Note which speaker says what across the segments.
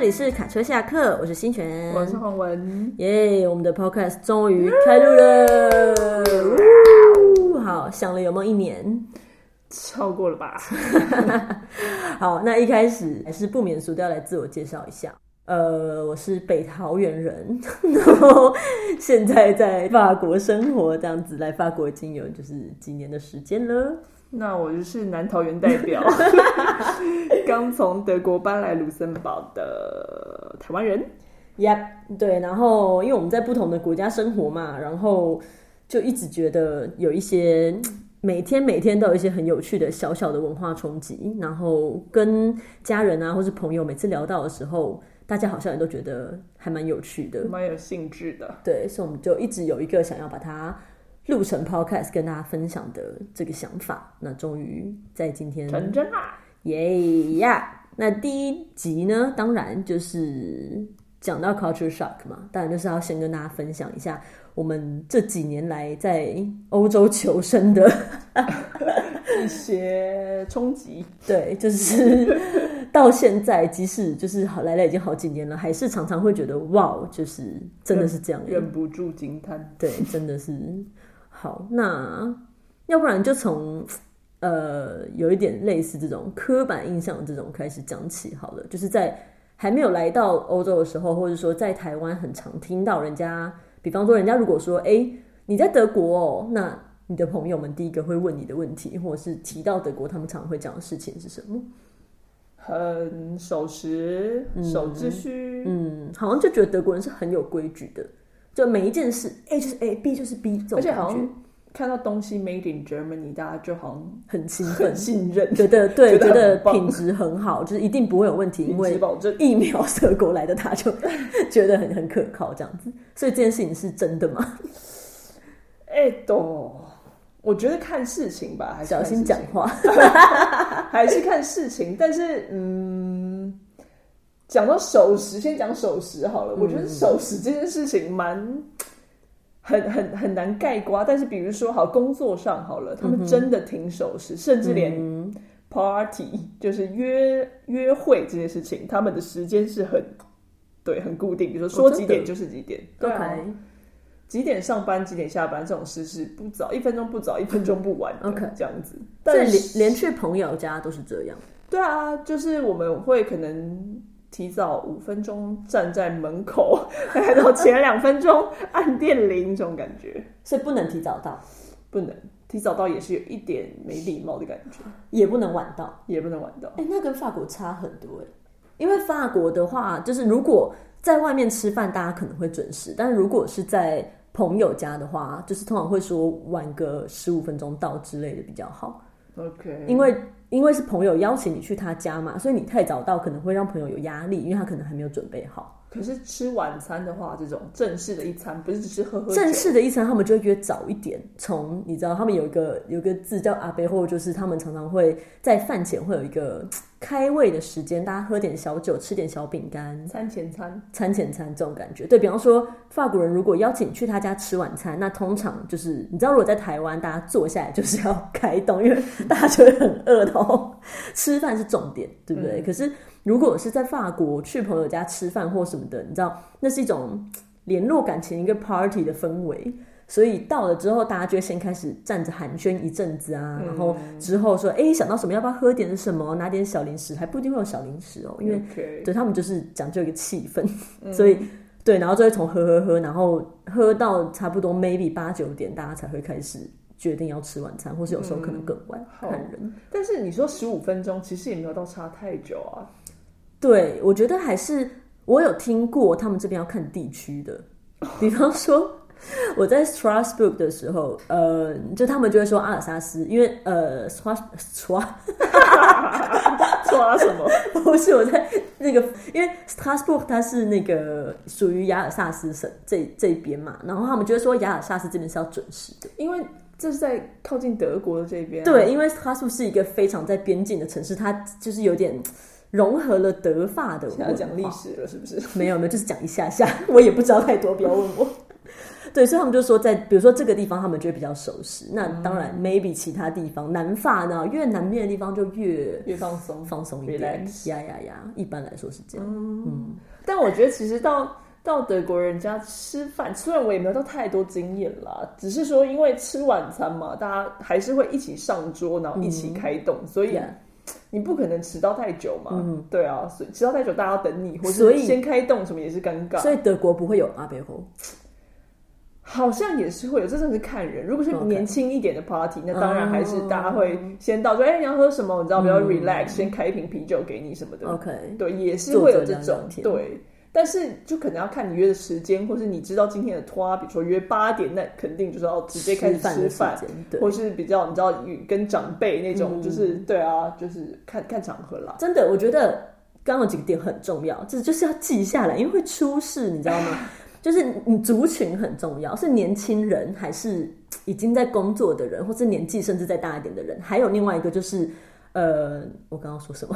Speaker 1: 里是卡车下课，我是新泉，
Speaker 2: 我是洪文，
Speaker 1: 耶我们的 Podcast 终于开录了，呜好，想了有梦一年。
Speaker 2: 超过了吧？
Speaker 1: 好，那一开始还是不免俗的要来自我介绍一下。呃，我是北桃园人， 然后现在在法国生活，这样子来法国已经有就是几年的时间了。
Speaker 2: 那我就是南桃园代 表，刚从德国搬来卢森堡的台湾人。
Speaker 1: Yep，对，然后因为我们在不同的国家生活嘛，然后就一直觉得有一些每天每天都有一些很有趣的小小的文化冲击，然后跟家人啊或是朋友每次聊到的时候，大家好像也都觉得还蛮有趣的，
Speaker 2: 蛮有兴致的。
Speaker 1: 对，所以我们就一直有一个想要把它录成 podcast 跟大家分享的这个想法，那终于在今天
Speaker 2: 成真啊啦！
Speaker 1: 耶呀！那第一集呢，当然就是讲到 culture shock 嘛，当然就是要先跟大家分享一下我们这几年来在欧洲求生的，
Speaker 2: 一些冲击，
Speaker 1: 对，就是到现在，即使就是好来了已经好几年了，还是常常会觉得哇，就是真的是这样耶，
Speaker 2: 忍不住惊叹。
Speaker 1: 对，真的是好。那要不然就从呃有一点类似这种刻板印象这种开始讲起好了，就是在还没有来到欧洲的时候，或者说在台湾很常听到人家，比方说人家如果说哎、诶你在德国哦，那你的朋友们第一个会问你的问题，或者是提到德国，他们常会讲的事情是什么？
Speaker 2: 很守时、守秩序，
Speaker 1: 嗯，好像就觉得德国人是很有规矩的，就每一件事 A 就是 A，B 就是 B，这种
Speaker 2: 而且
Speaker 1: 感
Speaker 2: 好
Speaker 1: 觉
Speaker 2: 像看到东西 made in Germany，大家就好像
Speaker 1: 很兴奋
Speaker 2: 很。信任，
Speaker 1: 觉得对，
Speaker 2: 觉得
Speaker 1: 觉得
Speaker 2: 很棒
Speaker 1: 品质很好，就是一定不会有问题，因
Speaker 2: 品质
Speaker 1: 为
Speaker 2: 保证。
Speaker 1: 疫苗德国来的，他就觉得很很可靠这样子。所以这件事情是真的吗？
Speaker 2: 哎，懂。我觉得看事情吧，还是
Speaker 1: 小
Speaker 2: 看
Speaker 1: 心
Speaker 2: 事
Speaker 1: 讲
Speaker 2: 情
Speaker 1: 话。
Speaker 2: 还是看事情，但是嗯，讲到守时，先讲守时好了。
Speaker 1: 嗯
Speaker 2: 我觉得守时这件事情蛮很很很难盖瓜，但是比如说好工作上好了，他们真的挺守时，甚至连
Speaker 1: 嗯，
Speaker 2: party 就是约约会这件事情，他们的时间是很对很固定，比如说
Speaker 1: 哦
Speaker 2: 说几
Speaker 1: 真的
Speaker 2: 点就是几点，对啊
Speaker 1: OK
Speaker 2: 几点上班几点下班这种事是不早一分钟不早一分钟不晚的
Speaker 1: OK
Speaker 2: 这样子，
Speaker 1: 所
Speaker 2: 但
Speaker 1: 以
Speaker 2: 是。
Speaker 1: 连连去朋友家都是这样。
Speaker 2: 对啊，就是我们会可能提早五分钟站在门口， 然后前两分钟按电铃，这种感觉
Speaker 1: 所以不能提早到，
Speaker 2: 不能提早到，也是有一点没礼貌的感觉，
Speaker 1: 也不能晚到。
Speaker 2: 也不能晚到。
Speaker 1: 哎、那跟法国差很多哎、因为法国的话，就是如果在外面吃饭，大家可能会准时，但如果是在朋友家的话，就是通常会说晚个十五分钟到之类的比较好，
Speaker 2: OK，
Speaker 1: 因为因为是朋友邀请你去他家嘛，所以你太早到可能会让朋友有压力，因为他可能还没有准备好。
Speaker 2: 可是吃晚餐的话，这种正式的一餐不是只是喝喝酒
Speaker 1: 正式的一餐他们就会约早一点，从你知道他们有一个有一个字叫阿贝后，就是他们常常会在饭前会有一个嘖开胃的时间，大家喝点小酒，吃点小饼干，
Speaker 2: 餐前餐，
Speaker 1: 餐前餐这种感觉。对比方说，法国人如果邀请去他家吃晚餐，那通常就是你知道，如果在台湾，大家坐下来就是要开动，因为大家就会很饿的哦。吃饭是重点，对不对？可是如果是在法国去朋友家吃饭或什么的，你知道，那是一种联络感情、一个 party 的氛围。所以到了之后，大家就会先开始站着寒暄一阵子啊，然后之后说，哎，想到什么，要不要喝点什么，拿点小零食，还不一定会有小零食哦，因为
Speaker 2: OK，
Speaker 1: 对他们就是讲究一个气氛，所以对，然后就会从喝喝喝，然后喝到差不多 maybe 八九点，大家才会开始决定要吃晚餐，或是有时候可能更晚，
Speaker 2: 好
Speaker 1: 看人。
Speaker 2: 但是你说十五分钟，其实也没有到差太久啊。
Speaker 1: 对，我觉得还是我有听过他们这边要看地区的，比方说。我在 Strasbourg 的时候，呃，就他们就会说阿尔萨斯，因为呃，Stras Stras
Speaker 2: 做了什么？
Speaker 1: 不是我在那个，因为 Strasbourg 它是那个属于雅尔萨斯省这这一边嘛，然后他们就会说雅尔萨斯这边是要准时的。
Speaker 2: 因为这是在靠近德国的这边、啊。
Speaker 1: 对，因为 Strasbourg 是一个非常在边境的城市，它就是有点融合了德法的文
Speaker 2: 现在
Speaker 1: 化。
Speaker 2: 要讲历史了，是不是？
Speaker 1: 没有没有，就是讲一下下，我也不知道太多，不要问我。对，所以他们就说在，比如说这个地方，他们觉得比较熟悉。那
Speaker 2: 嗯
Speaker 1: 当然、m a y b e 其他地方，南法呢，越南面的地方就越
Speaker 2: 越放松。
Speaker 1: 放松一点
Speaker 2: Relax，
Speaker 1: 呀呀呀，一般来说是这样。
Speaker 2: 但我觉得其实到到德国人家吃饭，虽然我也没有到太多经验啦，只是说因为吃晚餐嘛，大家还是会一起上桌，然后一起开动，所以
Speaker 1: Yeah
Speaker 2: 你不可能迟到太久嘛。对啊，所以迟到太久大家要等你，或
Speaker 1: 嗯所
Speaker 2: 是
Speaker 1: 以
Speaker 2: 先开动什么也是尴尬。
Speaker 1: 所以德国不会有阿贝猴，
Speaker 2: 好像也是会有，这真的是看人。如果是
Speaker 1: OK
Speaker 2: 年轻一点的 party，那当然
Speaker 1: 哦嗯
Speaker 2: 还是大家会先到说，哎、你要喝什么？你知道比较 relax，、先开一瓶啤酒给你什么的。
Speaker 1: OK，
Speaker 2: 对，也是会有
Speaker 1: 坐
Speaker 2: 这
Speaker 1: 着
Speaker 2: 种
Speaker 1: 聊聊天
Speaker 2: 对，但是就可能要看你约的时间，或是你知道今天的拖啊，比如说约八点，那肯定就是要直接开始
Speaker 1: 饭
Speaker 2: 吃
Speaker 1: 的时
Speaker 2: 饭，
Speaker 1: 间，对，嗯
Speaker 2: 或是比较你知道与跟长辈那种，就是对啊，就是看看场合啦。
Speaker 1: 真的，我觉得刚刚有几个点很重要，这就是要记下来，因为会出事，你知道吗？ 就是你族群很重要，是年轻人还是已经在工作的人，或是年纪甚至再大一点的人？还有另外一个就是，呃，我刚刚说什么？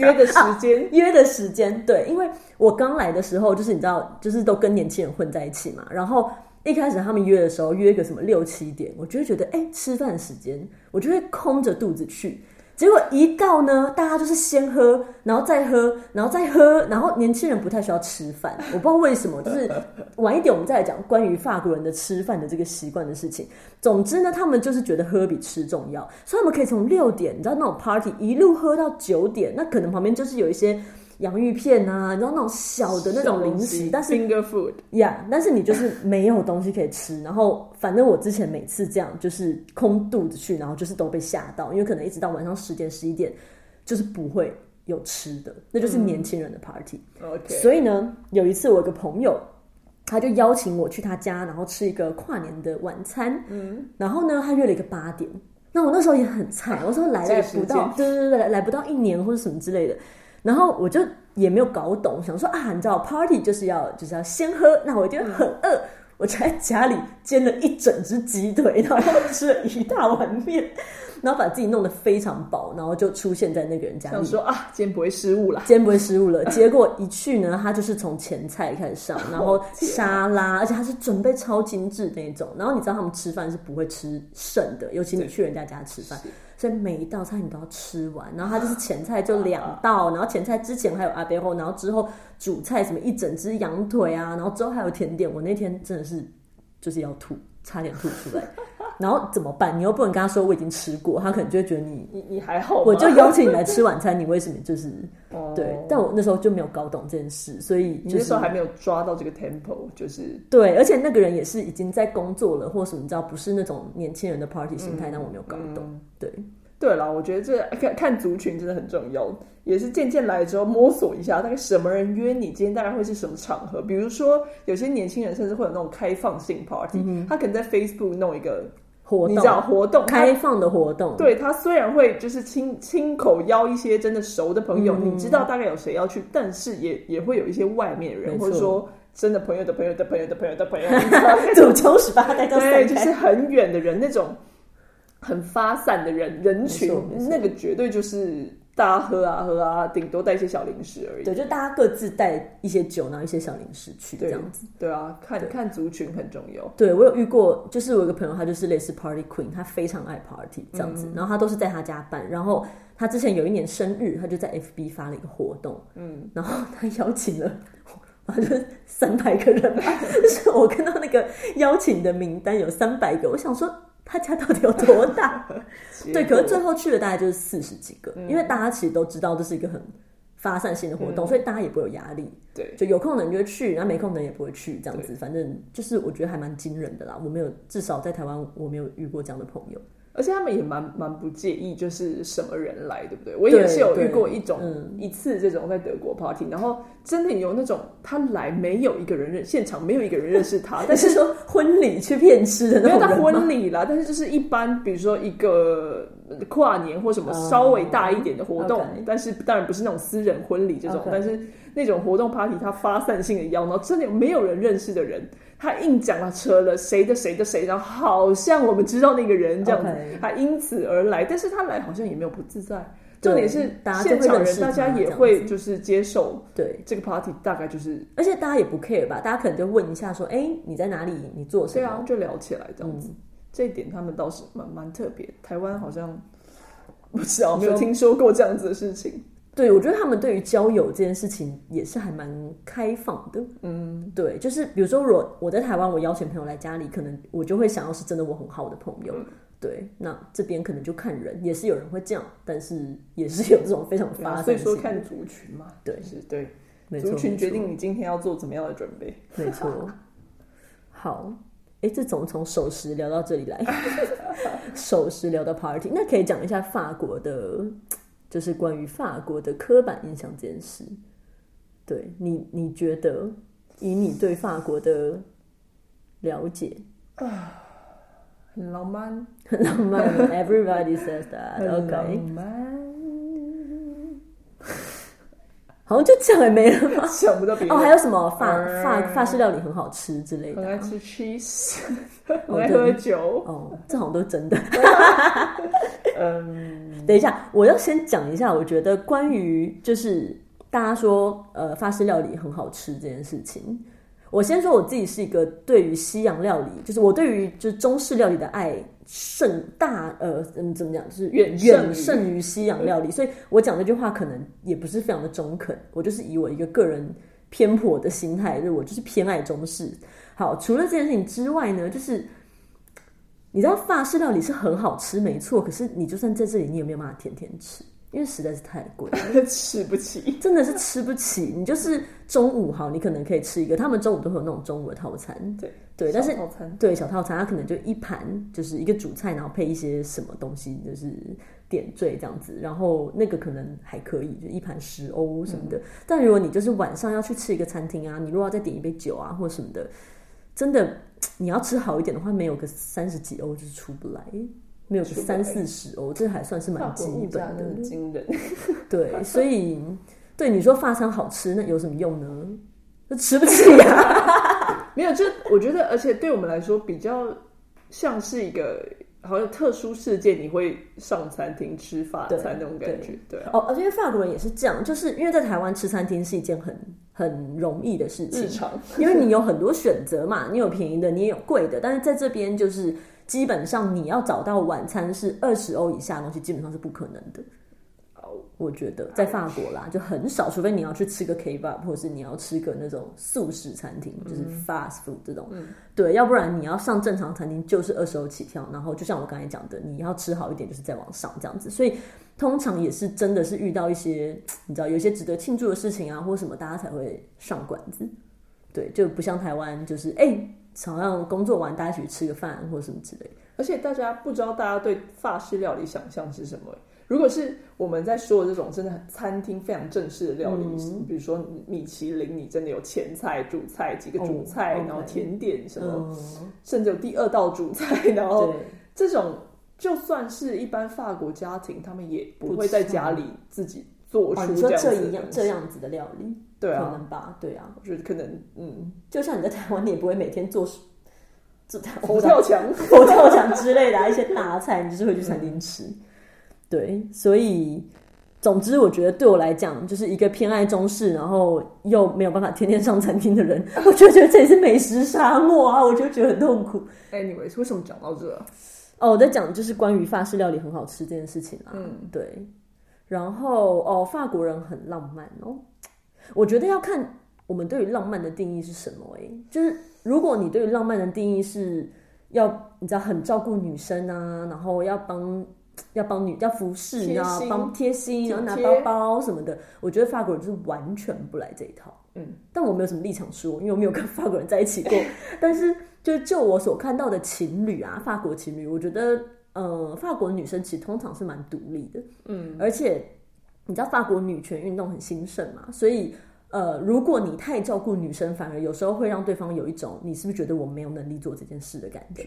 Speaker 2: 约的
Speaker 1: 啊
Speaker 2: 时间，
Speaker 1: 约的时间，对，因为我刚来的时候，就是你知道，就是都跟年轻人混在一起嘛。然后一开始他们约的时候，约个什么六七点，我就会觉得，哎、吃饭时间，我就会空着肚子去。结果一到呢，大家就是先喝，然后再喝，然后再喝，然后年轻人不太需要吃饭，我不知道为什么，就是晚一点我们再来讲关于法国人的吃饭的这个习惯的事情。总之呢，他们就是觉得喝比吃重要，所以他们可以从六点，你知道那种 party 一路喝到九点，那可能旁边就是有一些洋芋片啊，然后那种小的那种零食，但是
Speaker 2: finger food，
Speaker 1: 呀但是你就是没有东西可以吃。然后反正我之前每次这样就是空肚子去，然后就是都被吓到，因为可能一直到晚上十点十一点就是不会有吃的，那就是年轻人的 party。
Speaker 2: OK，
Speaker 1: 所以呢，有一次我有个朋友，他就邀请我去他家，然后吃一个跨年的晚餐。嗯，然后呢，他约了一个八点。那我那时候也很菜，我说来
Speaker 2: 这
Speaker 1: 来
Speaker 2: 个
Speaker 1: 不
Speaker 2: 时
Speaker 1: 到，对对对，来来不到一年或者什么之类的。然后我就也没有搞懂，想说啊，你知道 party 就是要就是要先喝，那我就很饿，我就在家里煎了一整只鸡腿，然后吃了一大碗面， 然后把自己弄得非常饱，然后就出现在那个人家
Speaker 2: 想
Speaker 1: 里
Speaker 2: 说啊，今天不会失误啦。
Speaker 1: 今天不会失误了。结果一去呢，他就是从前菜开始上，然后沙拉，而且他是准备超精致那种。然后你知道他们吃饭是不会吃剩的，尤其你去人家家吃饭，所以每一道菜你都要吃完。然后他就是前菜就两道，然后前菜之前还有阿贝后，然后之后主菜什么一整只羊腿啊，然后之后还有甜点。我那天真的是就是要吐，差点吐出来。 然后怎么办？你又不能跟他说我已经吃过，他可能就会觉得你
Speaker 2: 你你还好吗？
Speaker 1: 我就邀请你来吃晚餐，你为什么就是
Speaker 2: 哦
Speaker 1: 对？但我那时候就没有搞懂这件事，所以
Speaker 2: 你
Speaker 1: 就
Speaker 2: 那
Speaker 1: 是
Speaker 2: 时候还没有抓到这个 tempo，就是
Speaker 1: 对，而且那个人也是已经在工作了，或什么，你知道，不是那种年轻人的 party 心
Speaker 2: 嗯
Speaker 1: 态，但我没有搞懂。对，
Speaker 2: 对啦，我觉得这看看族群真的很重要，也是渐渐来之后摸索一下，大概什么人约你，今天大概会是什么场合。比如说，有些年轻人甚至会有那种开放性 party，、他可能在 Facebook 弄一个
Speaker 1: 嗯活
Speaker 2: 你知道
Speaker 1: 动
Speaker 2: 活动，他
Speaker 1: 开放的活动，
Speaker 2: 对他虽然会就是亲亲口邀一些真的熟的朋友，
Speaker 1: 嗯
Speaker 2: 你知道大概有谁要去，但是也也会有一些外面人，
Speaker 1: 没错
Speaker 2: 或者说真的朋友的朋友的朋友的朋友 的朋友，你知道
Speaker 1: 祖宗十八代都
Speaker 2: 对，
Speaker 1: 散
Speaker 2: 就
Speaker 1: 开
Speaker 2: 是很远的人那种很发散的人人群
Speaker 1: 没错没，错
Speaker 2: 那个绝对就是大家喝啊喝啊，顶多带一些小零食而已。
Speaker 1: 对，就大家各自带一些酒，然后一些小零食去这
Speaker 2: 对
Speaker 1: 样子。
Speaker 2: 对啊，看看族群很重要。
Speaker 1: 对我有遇过，就是我有一个朋友，他就是类似 party queen，他非常爱 party 这样子，然后他都是在他家办，然后他之前有一年生日，他就在 FB 发了一个活动，嗯，然后他邀请了。 反正三百个人吧， 就是我看到那个邀请的名单有三百个，我想说他家到底有多大？对，
Speaker 2: 结
Speaker 1: 可
Speaker 2: 果
Speaker 1: 是最后去的大概就是四十几个，因为大家其实都知道这是一个很发散性的活动，所以大家也不会有压力。
Speaker 2: 对
Speaker 1: 就有空的人就会去，然后没空的人也不会去，这样子，反正就是我觉得还蛮惊人的啦。我没有，至少在台湾我没有遇过这样的朋 友。
Speaker 2: 而且他们也蛮蛮不介意，就是什么人来，对不对？我也是有遇过一种、
Speaker 1: 嗯
Speaker 2: 一次这种在德国 party，然后真的有那种他来没有一个人认，现场没有一个人认识他，但
Speaker 1: 但
Speaker 2: 是
Speaker 1: 是说婚礼去骗吃的
Speaker 2: 没
Speaker 1: 那
Speaker 2: 有
Speaker 1: 种
Speaker 2: 到
Speaker 1: 人吗
Speaker 2: 婚礼啦，但 是就是一般，比如说一个呃跨年或什么
Speaker 1: 哦
Speaker 2: 稍微大一点的活动
Speaker 1: 嗯 OK
Speaker 2: 但是当然不是那种私人婚礼这种
Speaker 1: OK
Speaker 2: 但是那种活动 party 它发散性的邀，然后真的有没有人认识的人，他硬讲了扯了谁的谁的谁，然后好像我们知道那个人这样子
Speaker 1: OK
Speaker 2: 他因此而来，但是他来好像也没有不自在。重点是
Speaker 1: 大家就
Speaker 2: 现
Speaker 1: 会
Speaker 2: 场
Speaker 1: 认
Speaker 2: 人
Speaker 1: 识
Speaker 2: 大家
Speaker 1: 他
Speaker 2: 也
Speaker 1: 这样
Speaker 2: 会就是接受
Speaker 1: 对，
Speaker 2: 这个 party，大概就是
Speaker 1: 而且大家也不 care 吧，大家可能就问一下说，哎、你在哪里？你做什
Speaker 2: 对
Speaker 1: 么？
Speaker 2: 啊，就聊起来这样子。
Speaker 1: 嗯，
Speaker 2: 这一点他们倒是蛮蛮特别，台湾好像不知道
Speaker 1: 你
Speaker 2: 没
Speaker 1: 说
Speaker 2: 有听说过这样子的事情。
Speaker 1: 对，我觉得他们对于交友这件事情也是还蛮开放的。
Speaker 2: 嗯，
Speaker 1: 对，就是比如说，如果我在台湾，我邀请朋友来家里，可能我就会想要是真的我很好的朋
Speaker 2: 嗯
Speaker 1: 友。对，那这边可能就看人，也是有人会这样，但是也是有这种非常
Speaker 2: 对
Speaker 1: 发
Speaker 2: 啊
Speaker 1: 散
Speaker 2: 所以说
Speaker 1: 性
Speaker 2: 看族群嘛，
Speaker 1: 对
Speaker 2: 就是对
Speaker 1: 没错
Speaker 2: 族群
Speaker 1: 没错
Speaker 2: 决定你今天要做怎么样的准备。
Speaker 1: 没错。好，哎，这怎么从守时聊到这里 来？守时聊到 party，那可以讲一下法国的，就是关于法国的刻板印象这件事。对你，你觉得以你对法国的了解，
Speaker 2: 很浪漫，
Speaker 1: 很浪漫 吗，everybody says
Speaker 2: 很浪
Speaker 1: that，OK，、
Speaker 2: 漫，
Speaker 1: 好像就这样也没了吗？
Speaker 2: 想不到别
Speaker 1: 哦，还
Speaker 2: 人。
Speaker 1: 有什么法
Speaker 2: 嗯
Speaker 1: 法法式料理很好吃之类
Speaker 2: 很
Speaker 1: 的
Speaker 2: 爱
Speaker 1: 啊、
Speaker 2: 吃 cheese，
Speaker 1: 哦
Speaker 2: 很爱喝
Speaker 1: 对
Speaker 2: 酒。
Speaker 1: 哦，这好像都是真的。
Speaker 2: 嗯，
Speaker 1: 等一下，我要先讲一下，我觉得关于就是大家说呃法式料理很好吃这件事情，我先说我自己是一个对于西洋料理，就是我对于就是中式料理的爱胜大呃嗯怎么讲，就是
Speaker 2: 远胜于
Speaker 1: 远胜于西洋料理，所以我讲这句话可能也不是非常的中肯，我就是以我一个个人偏颇的心态，就是我就是偏爱中式。好，除了这件事情之外呢，就是你知道法式料理是很好吃，没错，可是你就算在这里，你也没有办法天天吃，因为实在是太贵了。
Speaker 2: 吃不起。
Speaker 1: 真的是吃不起。你就是中午好，你可能可以吃一个，他们中午都会有那种中午的套餐，
Speaker 2: 对
Speaker 1: 对，但是
Speaker 2: 小套餐
Speaker 1: 对小套餐，它可能就一盘就是一个主菜，然后配一些什么东西，就是点缀这样子，然后那个可能还可以，就一盘十欧什么
Speaker 2: 嗯
Speaker 1: 的。但如果你就是晚上要去吃一个餐厅啊，你如果要再点一杯酒啊或什么的，真的你要吃好一点的话，没有个三十几欧就是出不来。没有个
Speaker 2: 出不来
Speaker 1: 三四十欧，这还算是蛮
Speaker 2: 法
Speaker 1: 基
Speaker 2: 国物
Speaker 1: 本的
Speaker 2: 价。真的惊人，
Speaker 1: 对，所以对你说法餐好吃，那有什么用呢？那吃不起啊呀、
Speaker 2: 没有，就我觉得，而且对我们来说，比较像是一个好像特殊事件，你会上餐厅吃法餐那种感觉，对啊，
Speaker 1: 哦，而且法国人也是这样，就是因为在台湾吃餐厅是一件很很容易的事情，
Speaker 2: 日常
Speaker 1: 因为你有很多选择嘛， 你有便宜的，你也有贵的，但是在这边就是基本上你要找到晚餐是二十欧以下的东西，基本上是不可能的。
Speaker 2: 哦
Speaker 1: 我觉得在法国啦，就很少，除非你要去吃个 kebab，或者是你要吃个那种素食餐厅，就是 fast food 这种。对，要不然你要上正常餐厅就是二十欧起跳，然后就像我刚才讲的，你要吃好一点就是再往上这样子。所以通常也是真的是遇到一些你知道有一些值得庆祝的事情啊，或什么，大家才会上馆子。对，就不像台湾，就是哎、好像工作完大家一起去吃个饭或什么之类的。
Speaker 2: 而且大家不知道大家对法式料理想象是什么。如果是我们在说的这种真的很餐厅非常正式的料理，比如说米其林，你真的有前菜、主菜几个主菜，
Speaker 1: 哦
Speaker 2: 然后
Speaker 1: OK
Speaker 2: 甜点什么，
Speaker 1: 嗯，
Speaker 2: 甚至有第二道主菜，然后
Speaker 1: 对，
Speaker 2: 这种就算是一般法国家庭，他们也不会在家里自己做
Speaker 1: 哦，
Speaker 2: 出
Speaker 1: 你
Speaker 2: 这
Speaker 1: 说
Speaker 2: 样子
Speaker 1: 这
Speaker 2: 的
Speaker 1: 一样
Speaker 2: 东西
Speaker 1: 这样子的料理，
Speaker 2: 对
Speaker 1: 可
Speaker 2: 啊，
Speaker 1: 能吧，对啊，
Speaker 2: 我觉得可能嗯，
Speaker 1: 就像你在台湾，你也不会每天做做
Speaker 2: 佛跳墙
Speaker 1: 佛跳墙之类的、啊、一些大菜，你就是会去餐
Speaker 2: 嗯
Speaker 1: 厅吃。对，所以总之，我觉得对我来讲，就是一个偏爱中式，然后又没有办法天天上餐厅的人， 我就觉得这也是美食沙漠啊，我就觉得很痛苦。
Speaker 2: ，anyways，为什么讲到这啊？
Speaker 1: 哦，我在讲就是关于法式料理很好吃这件事情啊，
Speaker 2: 嗯
Speaker 1: 对。然后哦，法国人很浪漫哦，我觉得要看我们对于浪漫的定义是什么诶、就是如果你对于浪漫的定义是要你知道很照顾女生啊，然后要帮要帮女要服侍
Speaker 2: 贴
Speaker 1: 啊，
Speaker 2: 心
Speaker 1: 帮贴心，然后拿
Speaker 2: 体
Speaker 1: 包
Speaker 2: 贴
Speaker 1: 包什么的，我觉得法国人就是完全不来这一套。
Speaker 2: 嗯，
Speaker 1: 但我没有什么立场说，因为我没有跟法国人在一起过。但是，就就我所看到的情侣啊，法国情侣，我觉得，呃，法国女生其实通常是蛮独立的，
Speaker 2: 嗯，
Speaker 1: 而且你知道法国女权运动很兴盛嘛，所以，呃，如果你太照顾女生，反而有时候会让对方有一种你是不是觉得我没有能力做这件事的感觉。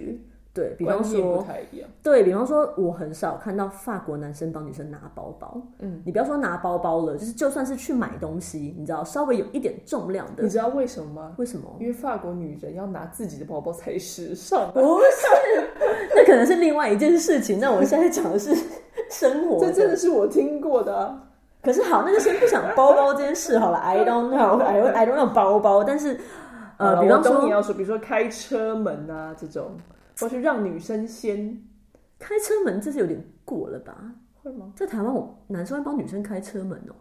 Speaker 1: 对比方
Speaker 2: 观念
Speaker 1: 说
Speaker 2: 不，太一样，
Speaker 1: 对比方说，我很少看到法国男生帮女生拿包包。
Speaker 2: 嗯，
Speaker 1: 你不要说拿包包了，就是就算是去买东西，你知道稍微有一点重量的
Speaker 2: 你，知道为什么吗？
Speaker 1: 为什么？
Speaker 2: 因为法国女人要拿自己的包包才时尚啊，
Speaker 1: 不是，那可能是另外一件事情。那我现在讲的是 生活
Speaker 2: 这
Speaker 1: 的。
Speaker 2: 真的是我听过的、啊。
Speaker 1: 可是好，那就先不想包包这件事好了。I don't know，I don't- I don't know 包包，但是
Speaker 2: 好
Speaker 1: 呃，
Speaker 2: 了
Speaker 1: 比
Speaker 2: 我
Speaker 1: 方
Speaker 2: 懂你
Speaker 1: 说
Speaker 2: 要说，比如说开车门啊这种，或是让女生先，
Speaker 1: 开车门，这是有点过了吧？
Speaker 2: 会吗？
Speaker 1: 在台湾，我男生会帮女生开车门哦、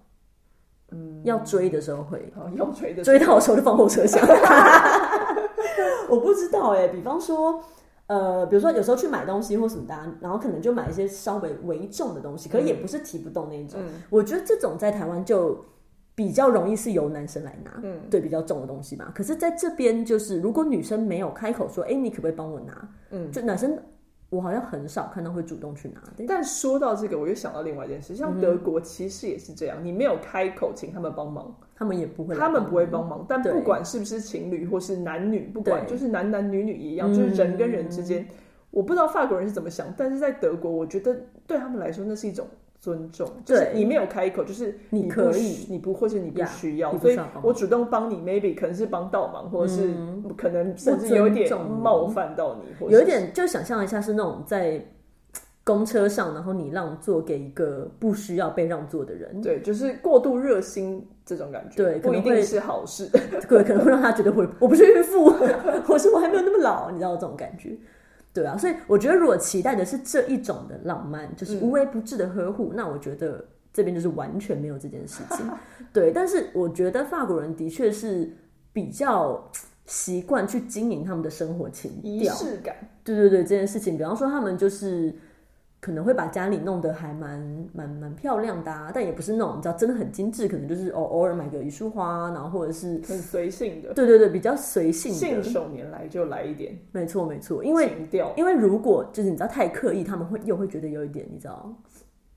Speaker 1: 嗯，要追的时候会，
Speaker 2: 好，腰椎的
Speaker 1: 追到的时候就放后车 厢。 我不知道哎、比方说，呃，比如说有时候去买东西或什么的啊、然后可能就买一些稍微微重的东西，可
Speaker 2: 嗯
Speaker 1: 是也不是提不动那一种。我觉得这种在台湾就比较容易是由男生来拿，
Speaker 2: 嗯
Speaker 1: 对比较重的东西嘛。可是在这边就是，如果女生没有开口说，哎、你可不可以帮我拿？
Speaker 2: 嗯，
Speaker 1: 就男生我好像很少看到会主动去拿的。
Speaker 2: 但说到这个，我又想到另外一件事，
Speaker 1: 嗯
Speaker 2: 像德国其实也是这样，你没有开口请他们帮忙，
Speaker 1: 他们也不会来
Speaker 2: 他
Speaker 1: 帮忙，
Speaker 2: 们不会帮忙。但
Speaker 1: 对
Speaker 2: 不管是不是情侣或是男女，不管
Speaker 1: 对
Speaker 2: 就是男男女女一样，
Speaker 1: 嗯
Speaker 2: 就是人跟人之间，我不知道法国人是怎么想，但是在德国，我觉得对他们来说那是一种尊重，就
Speaker 1: 对
Speaker 2: 是你没有开口，就是
Speaker 1: 你
Speaker 2: 不
Speaker 1: 可以
Speaker 2: 需，你不或者你不
Speaker 1: 呀
Speaker 2: 需要，
Speaker 1: 你不
Speaker 2: 所
Speaker 1: 需
Speaker 2: 以
Speaker 1: 要帮忙嗯
Speaker 2: 我主动帮你，maybe 可能是帮倒忙，或者是可能甚
Speaker 1: 不
Speaker 2: 至
Speaker 1: 尊
Speaker 2: 有一点
Speaker 1: 重
Speaker 2: 冒犯到你，或者
Speaker 1: 有一
Speaker 2: 是
Speaker 1: 点就想象一下是那种在嘖公车上，然后你让座给一个不需要被让座的人，
Speaker 2: 对，就是过度热心这种感觉，
Speaker 1: 嗯对可
Speaker 2: 不
Speaker 1: 能
Speaker 2: 一
Speaker 1: 会
Speaker 2: 定是好事。
Speaker 1: 对，可能会让他觉得我我不是孕妇， 我是我还没有那么老，你知道这种感觉。对啊，所以我觉得如果期待的是这一种的浪漫，就是
Speaker 2: 嗯
Speaker 1: 无微不至的呵护，那我觉得这边就是完全没有这件事情。对，但是我觉得法国人的确是比较嘖习惯去经营他们的生活情
Speaker 2: 仪
Speaker 1: 调，
Speaker 2: 式感，
Speaker 1: 对对对，这件事情，比方说他们就是可能会把家里弄得还蛮蛮蛮漂亮的、啊，但也不是那种你知道真的很精致，可能就是偶偶尔买个一束花，然后或者是
Speaker 2: 很随性的，
Speaker 1: 对对对，比较随嗯性
Speaker 2: 信
Speaker 1: 的，
Speaker 2: 手拈来就来一点
Speaker 1: 没错没错，因为
Speaker 2: 情调，
Speaker 1: 因为如果就是你知道太刻意，他们会又会觉得有一点你知道。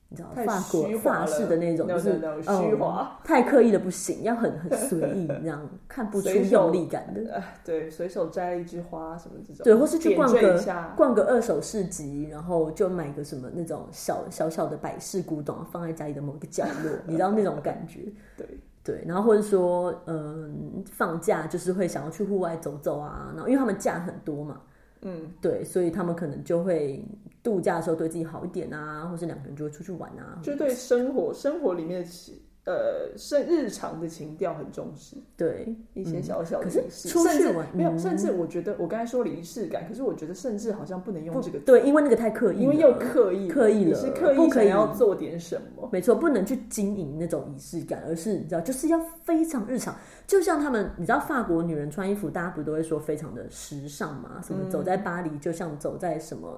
Speaker 1: 你知道
Speaker 2: 太
Speaker 1: 法国
Speaker 2: 虚华
Speaker 1: 法
Speaker 2: 了
Speaker 1: 式的那种，
Speaker 2: No,
Speaker 1: 就是
Speaker 2: no, no，
Speaker 1: 嗯
Speaker 2: 虚华
Speaker 1: 太刻意的不行，要很很随意，这样看不出
Speaker 2: 随手
Speaker 1: 用力感的。
Speaker 2: 呃，对，随手摘一枝花什么这种，
Speaker 1: 对，或是去逛
Speaker 2: 点缀一
Speaker 1: 个
Speaker 2: 下，
Speaker 1: 逛个二手市集，然后就买个什么那种小小小的摆饰古董，放在家里的某个角落，你知道那种感觉。
Speaker 2: 对，
Speaker 1: 对，然后或者说，嗯，放假就是会想要去户外走走啊，然后因为他们假很多嘛，
Speaker 2: 嗯，
Speaker 1: 对，所以他们可能就会度假的时候对自己好一点啊，或是两个人就会出去玩啊，
Speaker 2: 就对生活生活里面的情呃生日常的情调很重视。
Speaker 1: 对，
Speaker 2: 一些小小
Speaker 1: 嗯
Speaker 2: 的
Speaker 1: 可是
Speaker 2: 仪式，
Speaker 1: 出去
Speaker 2: 甚至
Speaker 1: 玩
Speaker 2: 没有，
Speaker 1: 嗯
Speaker 2: 甚至我觉得我刚才说了仪式感，可是我觉得甚至好像不能用这个，
Speaker 1: 对，因为那个太刻意了，
Speaker 2: 因为又刻意了，
Speaker 1: 刻意
Speaker 2: 你
Speaker 1: 了
Speaker 2: 是刻
Speaker 1: 不
Speaker 2: 意
Speaker 1: 可
Speaker 2: 想
Speaker 1: 以
Speaker 2: 要做点什么，
Speaker 1: 没错，不能去经营那种仪式感，而是你知道，就是要非常日常。就像他们，你知道法国女人穿衣服，大家不都会说非常的时尚嘛？什么走在巴黎就像走在什么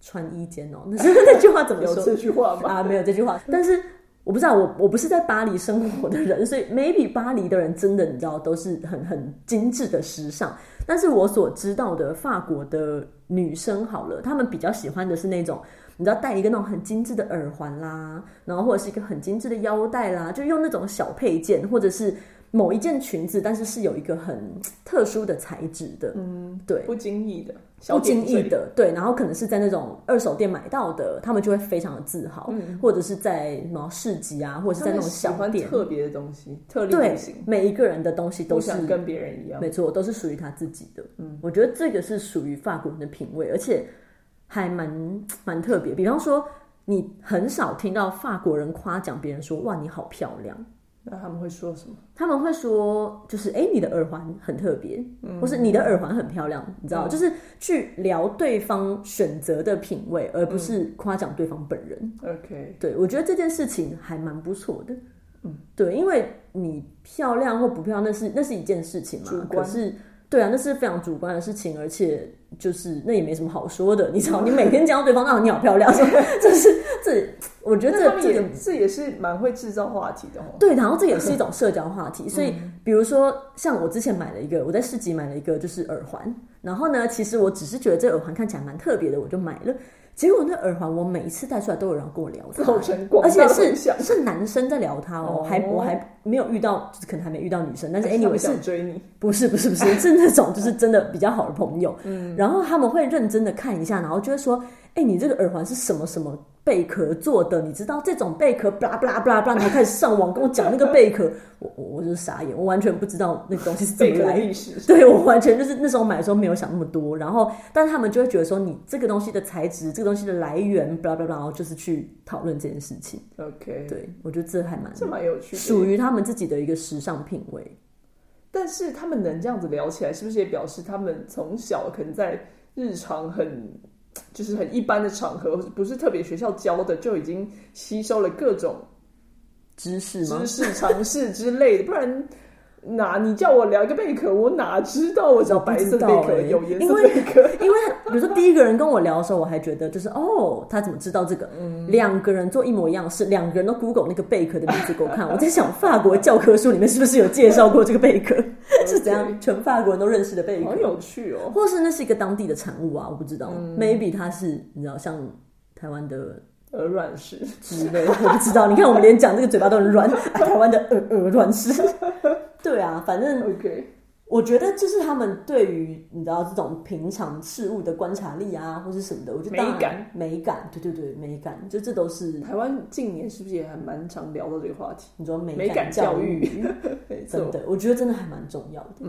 Speaker 1: 穿衣间哦，那是 那句话怎么
Speaker 2: 有
Speaker 1: 说
Speaker 2: 这句话吗？
Speaker 1: 啊？没有这句话，但是。我不知道，我我不是在巴黎生活的人，所以 maybe 巴黎的人真的你知道都是很很精致的时尚。但是我所知道的法国的女生好了，她们比较喜欢的是那种你知道戴一个那种很精致的耳环啦，然后或者是一个很精致的腰带啦，就用那种小配件，或者是某一件裙子，但是是有一个很特殊的材质的，嗯，对，
Speaker 2: 不经意的，小
Speaker 1: 不经
Speaker 2: 点
Speaker 1: 意
Speaker 2: 缀，
Speaker 1: 的，对，然后可能是在那种二手店买到的，他们就会非常的自豪，或者是在什么市集啊，或者是
Speaker 2: 嗯他
Speaker 1: 在
Speaker 2: 们
Speaker 1: 那种
Speaker 2: 喜
Speaker 1: 小
Speaker 2: 欢
Speaker 1: 店，
Speaker 2: 特别的东西，特立
Speaker 1: 对
Speaker 2: 独行，，
Speaker 1: 每一个人的东西都
Speaker 2: 不
Speaker 1: 是
Speaker 2: 想跟别人一样。
Speaker 1: 没错，都是属于他自己的。嗯，我觉得这个是属于法国人的品味，而且还蛮蛮特别。比方说，你很少听到法国人夸奖别人说“哇，你好漂亮
Speaker 2: 那他们会说什么？”，
Speaker 1: 他们会说就是“哎、你的耳环很特别”，
Speaker 2: 嗯
Speaker 1: 或是“你的耳环很漂亮”，你知道，就是去聊对方选择的品味，而不是夸奖对方本人。
Speaker 2: 嗯 OK，
Speaker 1: 对，我觉得这件事情还蛮不错的。嗯，对，因为你漂亮或不漂亮，那是那是一件事情嘛。
Speaker 2: 主
Speaker 1: 可
Speaker 2: 观
Speaker 1: 是，对啊，那是非常主观的事情，而且就是那也没什么好说的。你知道，你每天见到对方，啊，你好漂亮，说这是这，我觉得
Speaker 2: 那他
Speaker 1: 这这个
Speaker 2: 们也这也是蛮会制造话题 的哦。
Speaker 1: 对，然后这也是一 种社交话
Speaker 2: 嗯
Speaker 1: 题。所以，比如说像我之前买了一个，我在市集买了一个就是耳环，然后呢，其实我只是觉得这耳环看起来蛮特别的，我就买了。结果那耳环我每一次戴出来都有人跟我聊 它，
Speaker 2: 造成广
Speaker 1: 而且
Speaker 2: 大
Speaker 1: 是
Speaker 2: 回响，
Speaker 1: 是男生在聊他哦，
Speaker 2: 哦
Speaker 1: 还我还没有遇到，就是可能还没遇到女生，但是
Speaker 2: 他们
Speaker 1: anyway 是
Speaker 2: 想追你，
Speaker 1: 不是不是不是是那种就是真的比较好的朋友，嗯，然后他们会认真的看一下，然后就会说，哎、你这个耳环是什么什么贝壳做的，你知道这种贝壳，巴拉巴拉巴拉巴拉，然后开始上网跟我讲那个贝壳，我我我就是傻眼，我完全不知道那个东西是怎
Speaker 2: 贝
Speaker 1: 么
Speaker 2: 壳的
Speaker 1: 来的
Speaker 2: 历史，
Speaker 1: 对我完全就是那时候买的时候没有想那么多，然后但是他们就会觉得说你这个东西的材质、这个东西的来源，巴拉巴拉，然后就是去讨论这件事情。
Speaker 2: OK，
Speaker 1: 对我觉得这还蛮
Speaker 2: 这蛮有趣的。
Speaker 1: 属于他们自己的一个时尚品味。
Speaker 2: 但是他们能这样子聊起来，是不是也表示他们从小可能在日常很就是很一般的场合，不是特别学校教的，就已经吸收了各种
Speaker 1: 知识吗
Speaker 2: 知？识、尝试之类的？不然哪你叫我聊一个贝壳，我哪知道我找白色贝
Speaker 1: 我不知
Speaker 2: 壳、
Speaker 1: 道欸
Speaker 2: 有颜
Speaker 1: 因
Speaker 2: 色
Speaker 1: 为
Speaker 2: 贝壳？
Speaker 1: 因为比如说第一个人跟我聊的时候，我还觉得就是哦，他怎么知道这个？
Speaker 2: 嗯
Speaker 1: 两个人做一模一样的事，两个人都 Google 那个贝壳的名字给我看，我在想法国教科书里面是不是有介绍过这个贝 壳？是怎样全法国人都认识的贝壳
Speaker 2: 好？有嗯趣哦！
Speaker 1: 或是那是一个当地的产物啊，我不知道、m a y b e 它是你知道像台湾的
Speaker 2: 鹅卵石，
Speaker 1: 之类的，我不知道。你看我们连讲这个嘴巴都很软，啊台湾的鹅鹅卵石， 对啊，反正
Speaker 2: OK，
Speaker 1: 我觉得这是他们对于你知道这种平常事物的观察力啊，或是什么的，我觉得当然
Speaker 2: 美感，
Speaker 1: 美感，对对对，美感，就这都是
Speaker 2: 台湾近年是不是也还蛮常聊到这个话题？
Speaker 1: 你说美
Speaker 2: 美感
Speaker 1: 教
Speaker 2: 教育， 没错
Speaker 1: 真，的，我觉得真的还蛮重要的，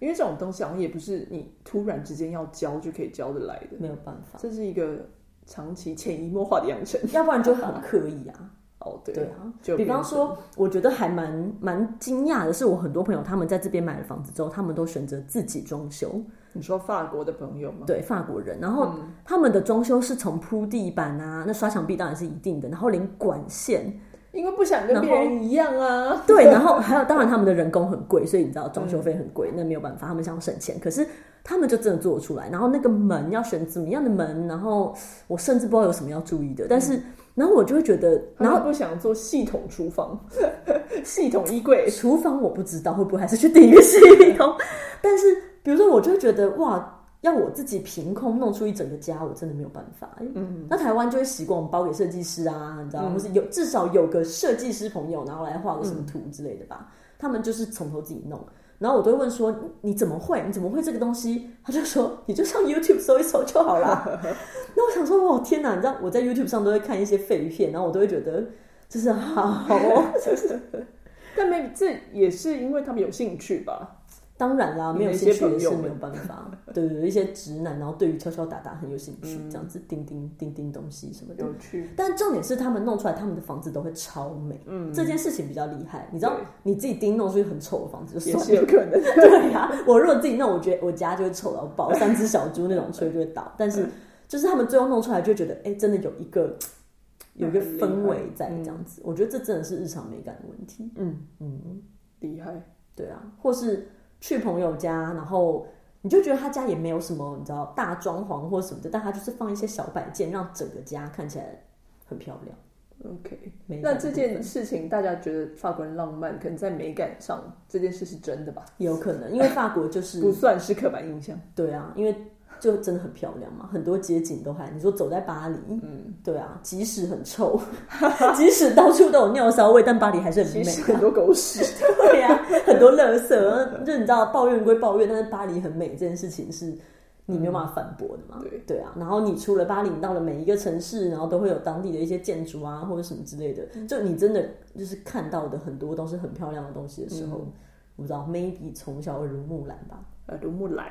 Speaker 2: 因为这种东西好像也不是你突然之间要教就可以教得来的。
Speaker 1: 没有办法，
Speaker 2: 这是一个长期潜移默化的养成。
Speaker 1: 要不然就很刻意啊。
Speaker 2: 哦， 对，
Speaker 1: 对啊，
Speaker 2: 就
Speaker 1: 比
Speaker 2: 变
Speaker 1: 方说，我觉得还蛮蛮惊讶的是，我很多朋友他们在这边买了房子之后，他们都选择自己装修。
Speaker 2: 你说法国的朋友吗？
Speaker 1: 对，法国人，然后
Speaker 2: 嗯
Speaker 1: 他们的装修是从铺地板啊，那刷墙壁当然是一定的，然后连管线，
Speaker 2: 因为不想跟别人一样啊。
Speaker 1: 对，然后还有当然他们的人工很贵，所以你知道装修费很贵，那没有办法，他们想省钱，可是他们就真的做得出来。然后那个门要选怎么样的门，然后我甚至不知道有什么要注意的，但是然后我就会觉得，然
Speaker 2: 然
Speaker 1: 后
Speaker 2: 后不想做系统厨房、 系统衣柜，
Speaker 1: 厨房我不知道会不会还是去订一个系统，但是比如说我就会觉得哇，要我自己凭空弄出一整个家，我真的没有办法。嗯，那台湾就会习惯我们包给设计师啊，你知道，或是有至少有个设计师朋友，然后来画个什么图之类的吧。他们就是从头自己弄。然后我都会问说你你怎么会？你怎么会这个东西？他就说你就上 YouTube 搜一搜就好啦。那我想说，哇，天哪！你知道我在 YouTube 上都会看一些废片，然后我都会觉得就是好好哦，
Speaker 2: 但 maybe 这也是因为他们有兴趣吧。
Speaker 1: 当然啦，
Speaker 2: 你
Speaker 1: 没有
Speaker 2: 那
Speaker 1: 兴
Speaker 2: 些
Speaker 1: 趣也
Speaker 2: 朋
Speaker 1: 是
Speaker 2: 友
Speaker 1: 没有办法。 对对对，一些直男，然后对于敲敲打打很有兴趣，这样子叮叮叮叮东西什么的。
Speaker 2: 有趣，
Speaker 1: 但重点是，他们弄出来他们的房子都会超美，嗯，这件事情比较厉害。你知道
Speaker 2: 对，
Speaker 1: 你自己叮弄出去很丑的房子就
Speaker 2: 也
Speaker 1: 算
Speaker 2: 是
Speaker 1: 了，
Speaker 2: 有可能。
Speaker 1: 对呀、我如果自己弄，我觉得我家就会丑到 爆，三只小猪那种吹就会倒。但是就是他们最后弄出来，就会觉得哎、真的有一个有一个
Speaker 2: 很厉害
Speaker 1: 氛围在这样子。我觉得这真的是日常美感的问题。
Speaker 2: 嗯嗯，厉害。
Speaker 1: 对啊，或是去朋友家，然后你就觉得他家也没有什么，你知道大装潢或什么的，但他就是放一些小摆件，让整个家看起来很漂亮。
Speaker 2: OK，
Speaker 1: 美感
Speaker 2: 那这件事情大家觉得法国人浪漫，可能在美感上这件事是真的吧？
Speaker 1: 也有可能，因为法国就是
Speaker 2: 不算是刻板印象。
Speaker 1: 对啊，因为就真的很漂亮嘛，很多街景都还你说走在巴黎，嗯，对啊，即使很臭， 即使到处都有尿骚味，但巴黎还是很
Speaker 2: 其
Speaker 1: 美。
Speaker 2: 实很多狗屎，
Speaker 1: 对 呀、很多垃圾，就你知道，抱怨归抱怨，但是巴黎很美这件事情是你没有办法反驳的嘛？
Speaker 2: 对
Speaker 1: 啊。然后你出了巴黎，你到了每一个城市，然后都会有当地的一些建筑啊，或者什么之类的。
Speaker 2: 嗯
Speaker 1: 就你真的就是看到的很多都是很漂亮的东西的时候，
Speaker 2: 嗯
Speaker 1: 我不知道，maybe 从小耳濡目染 吧，
Speaker 2: 耳濡目染。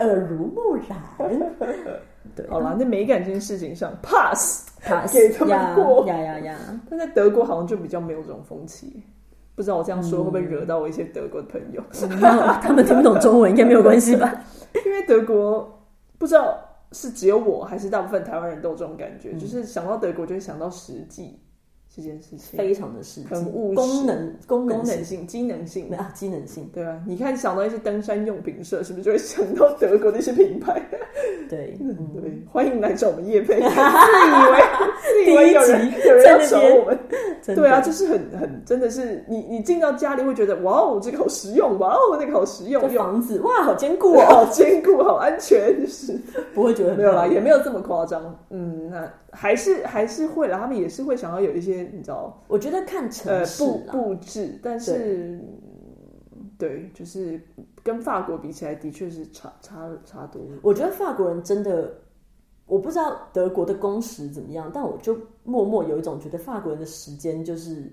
Speaker 1: 耳濡目染。对，
Speaker 2: 好啦，那美感这件事情上 pass，
Speaker 1: pass
Speaker 2: 给他们
Speaker 1: 呀
Speaker 2: 过
Speaker 1: 呀呀呀！
Speaker 2: 但在德国好像就比较没有这种风气。不知道我这样说会不会
Speaker 1: 嗯
Speaker 2: 惹到我一些德国的朋友？
Speaker 1: 那他们听不懂中文应该没有关系 吧？
Speaker 2: 因为德国不知道是只有我还是大部分台湾人都有这种感
Speaker 1: 嗯
Speaker 2: 觉，就是想到德国就会想到实际这件事情，
Speaker 1: 非常的实际，
Speaker 2: 很务实
Speaker 1: 功能功
Speaker 2: 功
Speaker 1: 能
Speaker 2: 能
Speaker 1: 性
Speaker 2: 性、机能性，
Speaker 1: 啊，机能性。
Speaker 2: 对吧？你看想到一些登山用品社，是不是就会想到德国的一些品牌？
Speaker 1: 对，
Speaker 2: 对，欢迎来找我们叶 佩，自以为自以为有人
Speaker 1: 第一集
Speaker 2: 有人
Speaker 1: 在
Speaker 2: 要
Speaker 1: 那
Speaker 2: 找
Speaker 1: 边
Speaker 2: 我们。
Speaker 1: 真的
Speaker 2: 对啊，，就是很很真的是你你进到家里会觉得哇哦这个好实用，哇哦那个好实
Speaker 1: 这
Speaker 2: 用，用
Speaker 1: 房子哇，好坚固
Speaker 2: 哇
Speaker 1: 哦，
Speaker 2: 好坚固，好安全，就是
Speaker 1: 不会觉得很
Speaker 2: 没有啦，
Speaker 1: 漂亮
Speaker 2: 也没有这么夸张。嗯，那还是还是会啦，他们也是会想要有一些你知道
Speaker 1: 我觉得看城
Speaker 2: 呃
Speaker 1: 市
Speaker 2: 布
Speaker 1: 啦，
Speaker 2: 布置，但是对，就是跟法国比起来，的确是差差差多了。
Speaker 1: 我觉得法国人真的我不知道德国的工时怎么样，但我就默默有一种觉得法国人的时间就是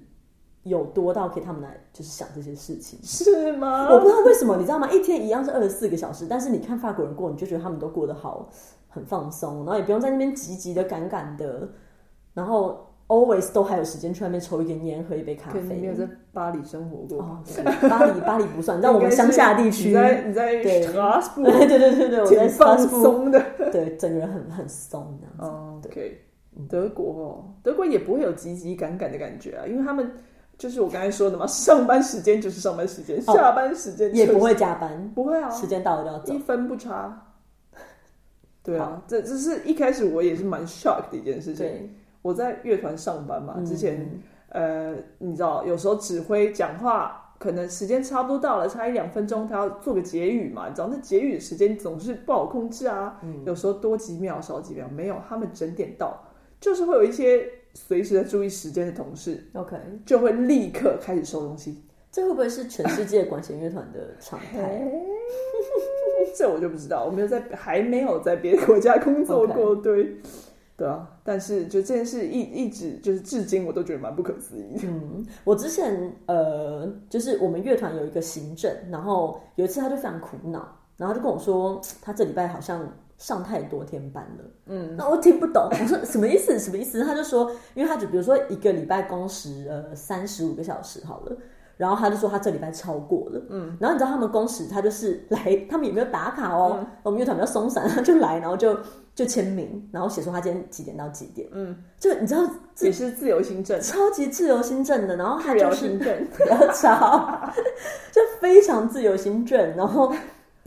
Speaker 1: 有多到给他们来就是想这些事情。
Speaker 2: 是吗？
Speaker 1: 我不知道为什么，你知道吗？一天一样是二十四个小时，但是你看法国人过，你就觉得他们都过得好，很放松，然后也不用在那边急急的赶赶的，然后 always 都还有时间去外面抽一根烟，喝一杯咖
Speaker 2: 可能你没
Speaker 1: 啡。
Speaker 2: 有在巴黎生活过。
Speaker 1: 哦，对巴黎巴黎不 算，你知道我们
Speaker 2: 应该
Speaker 1: 乡
Speaker 2: 是
Speaker 1: 下地区，
Speaker 2: 你在你在
Speaker 1: 对
Speaker 2: s t r a s b u
Speaker 1: 对对对对，我在
Speaker 2: 挺放
Speaker 1: Strasbourg，
Speaker 2: 松的。
Speaker 1: 对，整个人很很松这样子。嗯
Speaker 2: 哦 OK，德国哦，德国也不会有急急赶赶的感觉啊，因为他们就是我刚才说的嘛， 上班时间就是上班时间，
Speaker 1: 哦
Speaker 2: 下班时间
Speaker 1: 也
Speaker 2: 就是
Speaker 1: 不会加班，
Speaker 2: 不会啊，
Speaker 1: 时间到了就要走
Speaker 2: 一。分不差。对啊，这这是一开始我也是蛮 shock 的一件事情。
Speaker 1: 对，
Speaker 2: 我在乐团上班嘛，
Speaker 1: 嗯
Speaker 2: 之前呃，你知道，有时候指挥讲话，可能时间差不多到了，差一两分钟，他要做个结语嘛。你知道，那结语时间总是不好控制啊，
Speaker 1: 嗯
Speaker 2: 有时候多几秒，少几秒，没有，他们整点到，就是会有一些随时在注意时间的同事，
Speaker 1: 嗯 OK，
Speaker 2: 就会立刻开始收东西。
Speaker 1: 这会不会是全世界管弦乐团的常 态？
Speaker 2: 这我就不知道，我没有在还没有在别的国家工作过对，对啊。但是就这件事一一直就是至今我都觉得蛮不可思议的。
Speaker 1: 嗯，我之前呃，就是我们乐团有一个行政，然后有一次他就非常苦恼，然后他就跟我说，他这礼拜好像上太多天班了。嗯，那我听不懂，我说什么意思？什么意思？他就说，因为他就比如说一个礼拜工时呃三十五个小时好了。然后他就说他这礼拜超过了，嗯，然后你知道他们工时，他就是来，他们也没有打卡哦，我们乐团比较松散，他就来，然后就就签名，然后写说他今天几点到几点，嗯，就你知道
Speaker 2: 也是自由行政，
Speaker 1: 超级自由新政的，然 后他就
Speaker 2: 自由
Speaker 1: 是
Speaker 2: 行政
Speaker 1: 不 要吵，就非常自由新政，然后。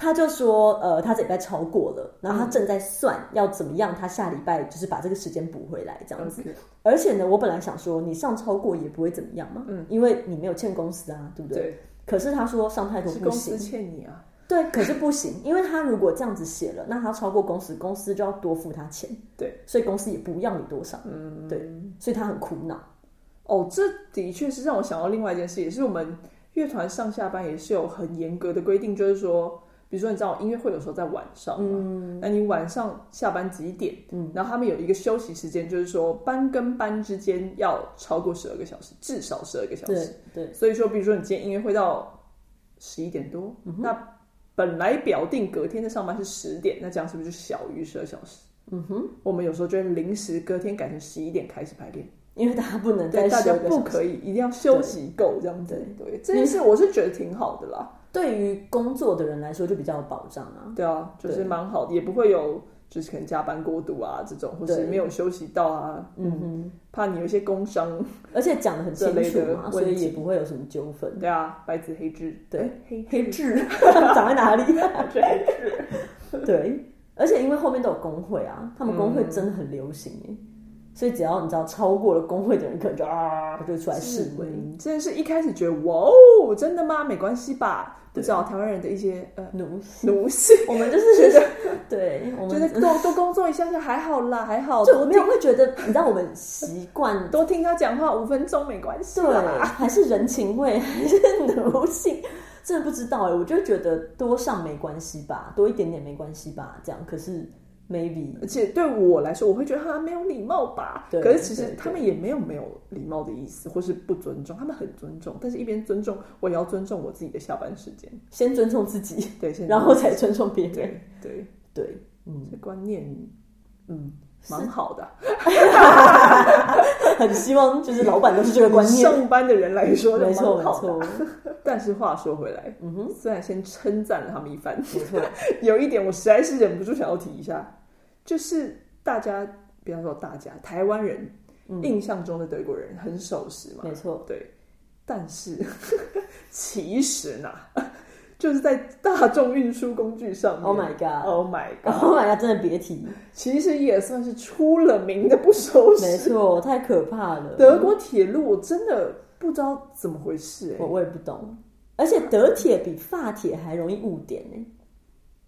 Speaker 1: 他就说，呃，他这礼拜超过了，然
Speaker 2: 嗯
Speaker 1: 后他正在算要怎么样，他下礼拜就是把这个时间补回来这样子。
Speaker 2: OK
Speaker 1: 而且呢，我本来想说你上超过也不会怎么样嘛，嗯，因为你没有欠公司啊，对不对？
Speaker 2: 对，
Speaker 1: 可是他说上太多
Speaker 2: 是
Speaker 1: 不
Speaker 2: 公
Speaker 1: 行
Speaker 2: 司，欠你啊。
Speaker 1: 对，可是不行，因为他如果这样子写了，那他超过公司，公司就要多付他钱，
Speaker 2: 对，
Speaker 1: 所以公司也不要你多少，嗯，对，所以他很苦恼，
Speaker 2: 哦，这的确是让我想到另外一件事，也是我们乐团上下班也是有很严格的规定，就是说，比如说你知道音乐会有时候在晚上
Speaker 1: 嗯
Speaker 2: 嘛，那你晚上下班几点？嗯，然后他们有一个休息时间，就是说班跟班之间要超过十二个小时，至少十二个小时。
Speaker 1: 对对，
Speaker 2: 所以说，比如说你今天音乐会到十一点多，
Speaker 1: 嗯
Speaker 2: 那本来表定隔天的上班是十点，那这样是不是就小于十二小时？嗯哼，我们有时候就会临时隔天改成十一点开始排练。
Speaker 1: 因为大家不能再
Speaker 2: 对，大家
Speaker 1: 12个
Speaker 2: 不
Speaker 1: 小时嗯
Speaker 2: 可以，一定要休息够这样子。对，这件事我是觉得挺好的啦。
Speaker 1: 对于工作的人来说就比较有保障啊。
Speaker 2: 对啊，就是蛮好的，也不会有就是可能加班过度啊这种，或是
Speaker 1: 对
Speaker 2: 没有休息到啊，
Speaker 1: 嗯哼，
Speaker 2: 怕你有一些工伤。
Speaker 1: 而且讲的很清楚嘛，
Speaker 2: 这
Speaker 1: 所
Speaker 2: 类的问题
Speaker 1: 以也不会有什么纠纷。
Speaker 2: 对啊，白纸黑字，哎
Speaker 1: 对，
Speaker 2: 黑
Speaker 1: 黑痣 长在哪里？
Speaker 2: 这黑字。
Speaker 1: 对，而且因为后面都有工会啊，他们工
Speaker 2: 嗯
Speaker 1: 会真的很流行耶，所以只要你知道超过了工会的人，可能就啊就出来示威。
Speaker 2: 嗯真的是一开始觉得哇哦，真的吗？没关系吧？不知道台湾人的一些呃
Speaker 1: 奴，
Speaker 2: 奴性，
Speaker 1: 我们就是觉得，对， 我
Speaker 2: 觉
Speaker 1: 们
Speaker 2: 得多多工作一下下还好啦，还好，
Speaker 1: 就
Speaker 2: 多
Speaker 1: 没有会觉得，你知道我们习惯
Speaker 2: 多听他讲话五分钟没关系
Speaker 1: 对，
Speaker 2: 啦。
Speaker 1: 还是人情 味，还是奴性，真的不知道哎、我就觉得多上没关系吧，多一点点没关系吧，这样。可是 maybe
Speaker 2: 而且对我来说，我会觉得他没有礼貌吧。
Speaker 1: 对
Speaker 2: 可是其实
Speaker 1: 对对
Speaker 2: 他们也没有没有礼貌的意思，或是不尊重，他们很尊重，但是一边尊重，我也要尊重我自己的下班时间。
Speaker 1: 先尊重自己，
Speaker 2: 对，现在
Speaker 1: 然后才尊重别人。
Speaker 2: 对对，
Speaker 1: 对，嗯，
Speaker 2: 这观念嗯蛮好的。
Speaker 1: 很希望就是老板都是这个观
Speaker 2: 以
Speaker 1: 念。
Speaker 2: 上班的人来说，
Speaker 1: 没错，没
Speaker 2: 蛮好的
Speaker 1: 错，
Speaker 2: 但是话说回 来，嗯哼，虽然先称赞了他们一番，
Speaker 1: 没错。
Speaker 2: 有一点我实在是忍不住想要提一下，就是大家，不要说大家，台湾人、印象中的德国人很守时嘛，
Speaker 1: 没错，
Speaker 2: 对，但是 其实呢， 就是在大众运输工具上面
Speaker 1: Oh my god
Speaker 2: Oh my god，
Speaker 1: Oh my god，真的别提，
Speaker 2: 其实也算是出了名的不守
Speaker 1: 没
Speaker 2: 时。
Speaker 1: 错，太可怕了。
Speaker 2: 德国铁路我真的不知道怎么回事、
Speaker 1: 我
Speaker 2: 哎，
Speaker 1: 我也不懂，而且德铁比发铁还容易误点欸呢、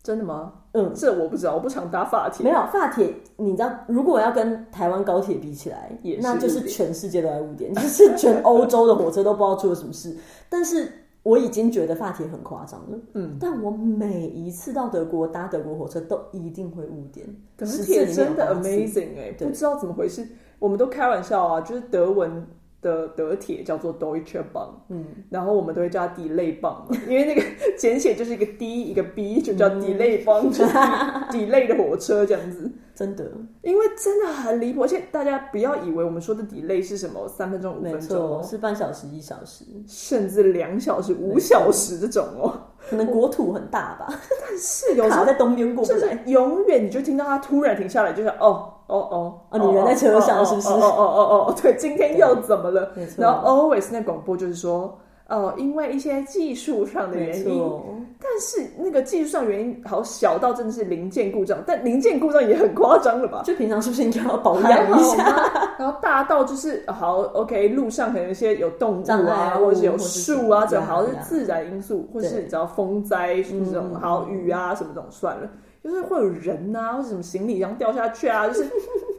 Speaker 2: 真的吗？
Speaker 1: 嗯，
Speaker 2: 这我不知道，我不常搭法铁
Speaker 1: 没。有发铁，你知道，如果要跟台湾高铁比起来，
Speaker 2: 也是
Speaker 1: 那就是
Speaker 2: 误点
Speaker 1: 全世界都在误点，就是全欧洲的火车都不知道出了什么事。但是我已经觉得发帖很夸张了，
Speaker 2: 嗯，
Speaker 1: 但我每一次到德国搭德国火车都一定会误点，
Speaker 2: 德
Speaker 1: 十次
Speaker 2: 铁
Speaker 1: 里面有
Speaker 2: 真的
Speaker 1: 八次
Speaker 2: amazing 哎、
Speaker 1: 对
Speaker 2: 不知道怎么回事，我们都开玩笑啊，就是德文的德铁叫做 Deutsche Bahn，
Speaker 1: 嗯，
Speaker 2: 然后我们都会叫它 delay Bahn，嘛因为那个 简写就是一个 D 一个 B，就叫
Speaker 1: 嗯
Speaker 2: delay Bahn，、就是 delay 的火车这样子。
Speaker 1: 真的，
Speaker 2: 因为真的很离谱，而且大家不要以为我们说的 delay 是什么三分钟、五
Speaker 1: 没
Speaker 2: 分钟
Speaker 1: 错，
Speaker 2: 哦，
Speaker 1: 是半小时一小时，
Speaker 2: 甚至两小时、五小时这种 哦。
Speaker 1: 可能国土很大吧，
Speaker 2: 但是有时
Speaker 1: 卡
Speaker 2: 候
Speaker 1: 在东边过不
Speaker 2: 就是
Speaker 1: 来。
Speaker 2: 永远你就听到他突然停下来，就是哦哦哦
Speaker 1: 哦你人在车上是不是
Speaker 2: 哦哦哦哦哦，对，今天又怎么了
Speaker 1: 没？错
Speaker 2: 然后 always 那广播就是说，哦，因为一些技术上的
Speaker 1: 没
Speaker 2: 原因，
Speaker 1: 错，
Speaker 2: 但是那个技术上原因好小到真的是零件故障，但零件故障也很夸张 了吧？
Speaker 1: 就平常是不是应该要保
Speaker 2: 还
Speaker 1: 养
Speaker 2: 好
Speaker 1: 一下？
Speaker 2: 吗？啊然后大到就是呃好，OK，路上可能有一些有动物
Speaker 1: 障碍
Speaker 2: 啊，
Speaker 1: 物
Speaker 2: 或者是有树啊，
Speaker 1: 或者是
Speaker 2: 这种好像
Speaker 1: 呀
Speaker 2: 是
Speaker 1: 呀
Speaker 2: 自然因素，或是
Speaker 1: 对
Speaker 2: 你知道风灾什么这种
Speaker 1: 嗯，
Speaker 2: 好雨啊什么这种算了，就是会有人呐、啊，或者什么行李箱掉下 去啊，就是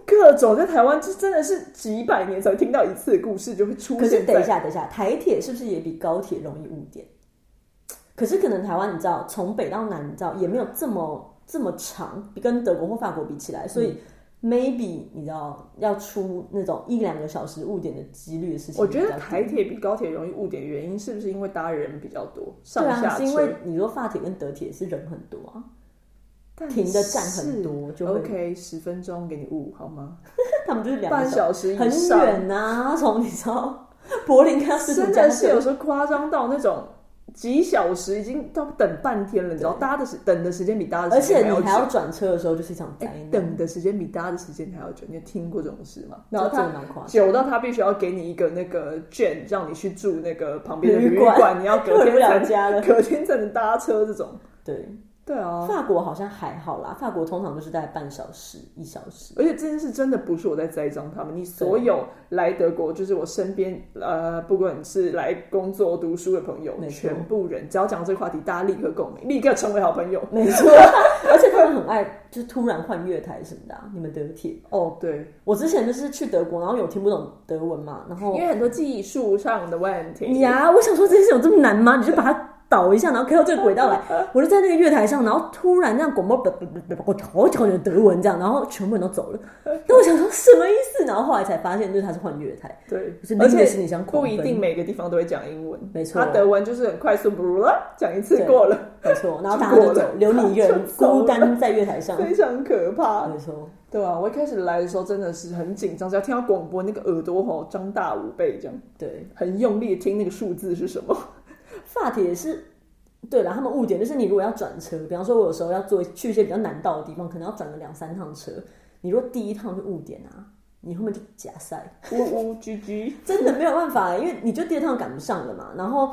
Speaker 2: 各种在台湾这真的是几百年才听到一次的故事就会出
Speaker 1: 可是
Speaker 2: 现
Speaker 1: 等一
Speaker 2: 在。
Speaker 1: 下，等一下，台铁是不是也比高铁容易误点？可是可能台湾你知道，从北到南你知道也没有这么这么长，比跟德国或法国比起来，所
Speaker 2: 嗯
Speaker 1: 以 maybe 你知道要出那种一两个小时误点的几率的事情比较
Speaker 2: 我
Speaker 1: 低，
Speaker 2: 觉得台铁比高铁容易误点，原因是不是因为搭人比较多，上
Speaker 1: 对
Speaker 2: 下
Speaker 1: 啊，
Speaker 2: 车？
Speaker 1: 是因为你说法铁跟德铁是人很多啊，
Speaker 2: 但
Speaker 1: 停的站
Speaker 2: 是
Speaker 1: 很多，就会
Speaker 2: OK，十分钟给你误好吗？
Speaker 1: 他们就是两
Speaker 2: 哦半
Speaker 1: 个
Speaker 2: 小时以啊
Speaker 1: 很
Speaker 2: 上，
Speaker 1: 远啊呐、从你知道柏林开始
Speaker 2: 真的是有时候夸张到那种几小时，已经到等半天了，你知道，搭的时等的时间比搭的
Speaker 1: 而
Speaker 2: 时
Speaker 1: 且
Speaker 2: 间还要
Speaker 1: 你还
Speaker 2: 久。
Speaker 1: 要哎转车的时候就是一场灾难，
Speaker 2: 哎等的时间比搭的时间还要久，你有听过这种事吗？然
Speaker 1: 这
Speaker 2: 后
Speaker 1: 真的
Speaker 2: 他
Speaker 1: 蛮夸张。
Speaker 2: 久到他必须要给你一个那个券，让你去住那个旁边的
Speaker 1: 旅
Speaker 2: 馆，
Speaker 1: 馆啊
Speaker 2: 你要
Speaker 1: 回
Speaker 2: 隔
Speaker 1: 不
Speaker 2: 天
Speaker 1: 了
Speaker 2: 才能
Speaker 1: 家了
Speaker 2: 隔天才能搭车这种。
Speaker 1: 对，
Speaker 2: 对啊，
Speaker 1: 法国好像还好啦，法国通常就是在半小时、一小时。
Speaker 2: 而且这件事真的不是我在栽赃他们，你所有来德国，就是我身边呃，不管是来工作、读书的朋友
Speaker 1: 没，错
Speaker 2: 全部人只要讲这个话题，大家立刻共鸣，立刻成为好朋友。
Speaker 1: 没错， 而且他们很爱就是突然换月台什么的、啊。你们德铁，
Speaker 2: 哦，对，
Speaker 1: 我之前就是去德国，然后有听不懂德文嘛，然后
Speaker 2: 因为很多技术上的问题，
Speaker 1: 呀，我想说这件事有这么难吗？你就把它倒一下，然后开到这个轨道来。 我就在那个月台上，然后突然那样广播，我好讨厌德文这样，然后全部人都走了。但我想说什么意思？然后后来才发现，就是他是换月台。
Speaker 2: 对
Speaker 1: 就是，
Speaker 2: 而
Speaker 1: 拎着
Speaker 2: 且
Speaker 1: 行李箱狂
Speaker 2: 不
Speaker 1: 奔
Speaker 2: 一定每个地方都会讲英文，
Speaker 1: 没错
Speaker 2: 他德文就是很快速，不讲一次过了，
Speaker 1: 没错，然后大家就走，留你一个人
Speaker 2: 就走
Speaker 1: 孤
Speaker 2: 了
Speaker 1: 单在月台 上。
Speaker 2: 非常可怕。
Speaker 1: 没错，
Speaker 2: 对啊，我一开始来的时候真的是很紧张，只要听到广播，那个耳朵吼张大五倍这样，
Speaker 1: 对，
Speaker 2: 很用力地听那个数字是什么。
Speaker 1: 发帖也是。对了，他们误点就是你如果要转车，比方说我有时候要坐去一些比较难到的地方，可能要转个两三趟车。你如果第一趟就误点啊，你后面就假塞。
Speaker 2: 呜呜居居，
Speaker 1: 真的没有办法，因为你就第二趟赶不上了嘛。然后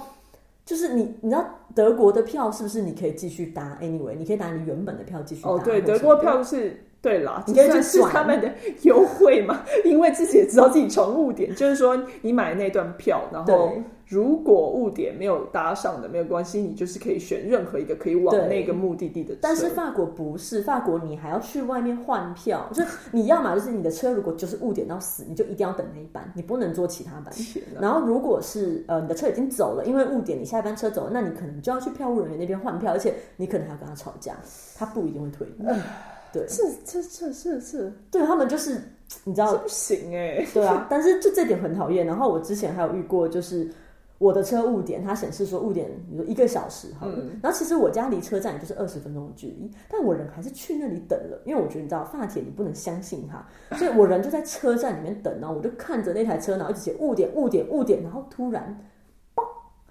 Speaker 1: 就是你，你知道德国的票是不是你可以继续搭？Anyway，你可以拿你原本的票继续搭。
Speaker 2: 哦，对，
Speaker 1: 或者
Speaker 2: 德
Speaker 1: 什么
Speaker 2: 国票是。对啦，
Speaker 1: 你可以
Speaker 2: 这
Speaker 1: 去
Speaker 2: 是
Speaker 1: 转
Speaker 2: 他们的优惠嘛，因为自己也知道自己常误点，就是说你买那段票，然后
Speaker 1: 对
Speaker 2: 如果误点没有搭上的没有关系，你就是可以选任何一个可以往
Speaker 1: 对
Speaker 2: 那个目的地的车。
Speaker 1: 但是法国不是，法国你还要去外面换票，就是你要嘛就是你的车如果就是误点到死，你就一定要等那一班，你不能坐其他班。
Speaker 2: 天啊
Speaker 1: 然后如果是呃你的车已经走了，因为误点你下一班车走了，那你可能就要去票务人员那边换票，而且你可能还要跟他吵架，他不一定会退你。对，
Speaker 2: 这这这这这
Speaker 1: 对他们就是你知道
Speaker 2: 这不行哎、
Speaker 1: 对啊，但是就这点很讨厌。然后我之前还有遇过，就是我的车误点，它显示说误点，比如说一个小时好了。然后其实我家离车站也就是二十分钟的距离，但我人还是去那里等了，因为我觉得你知道发帖你不能相信他，所以我人就在车站里面等，然后我就看着那台车，然后一直写误点误点误点，然后突然。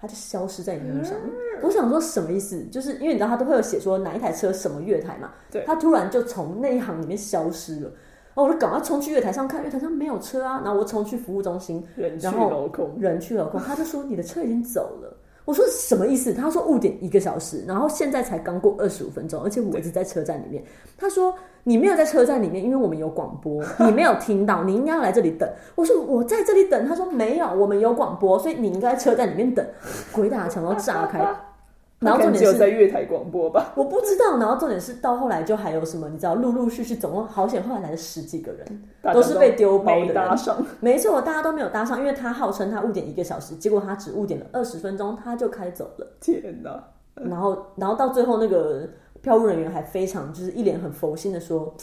Speaker 1: 它就消失在荧幕上面。我想说什么意思？就是因为你知道它都会有写说哪一台车什么月台嘛，
Speaker 2: 对
Speaker 1: 它突然就从那一行里面消失了。哦，我就赶快冲去月台上看，月台上没有车啊。然后我冲去服务中心，
Speaker 2: 人去
Speaker 1: 然后
Speaker 2: 楼空，
Speaker 1: 人去楼空，他就说你的车已经走了。我说什么意思？他说误点一个小时，然后现在才刚过二十五分钟，而且我一直在车站里面。他说你没有在车站里面，因为我们有广播，你没有听到，你应该要来这里等。我说我在这里等，他说没有，我们有广播，所以你应该在车站里面等。鬼打墙都炸开，然后
Speaker 2: 他可
Speaker 1: 重
Speaker 2: 能只
Speaker 1: 点
Speaker 2: 有
Speaker 1: 是
Speaker 2: 在月台广播吧。
Speaker 1: 我不知道，然后重点是到后来就还有什么，你知道，陆陆续续总共好险后来来了十几个人，
Speaker 2: 大家
Speaker 1: 都是被丢包的
Speaker 2: 没
Speaker 1: 人
Speaker 2: 搭上，
Speaker 1: 没错，大家都没有搭上，因为他号称他误点一个小时，结果他只误点了二十分钟，他就开走了。
Speaker 2: 天哪！
Speaker 1: 然后，然后到最后，那个票务人员还非常就是一脸很佛心的说：“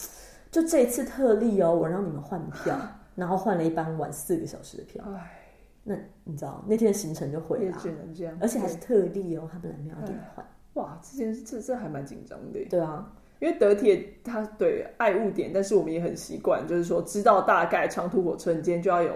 Speaker 1: 就这一次特例哦，我让你们换 票。”然后换了一班晚四个小时的票。
Speaker 2: 唉，
Speaker 1: 那你知道那天的行程就毁
Speaker 2: 也
Speaker 1: 了啊，
Speaker 2: 只能这样，
Speaker 1: 而且还是特例哦，他本来没有要给你换。
Speaker 2: 哇，这件事这这还蛮紧张的耶。
Speaker 1: 对啊，
Speaker 2: 因为德铁它对爱误点，但是我们也很习惯，就是说知道大概长途火车，你今天就要有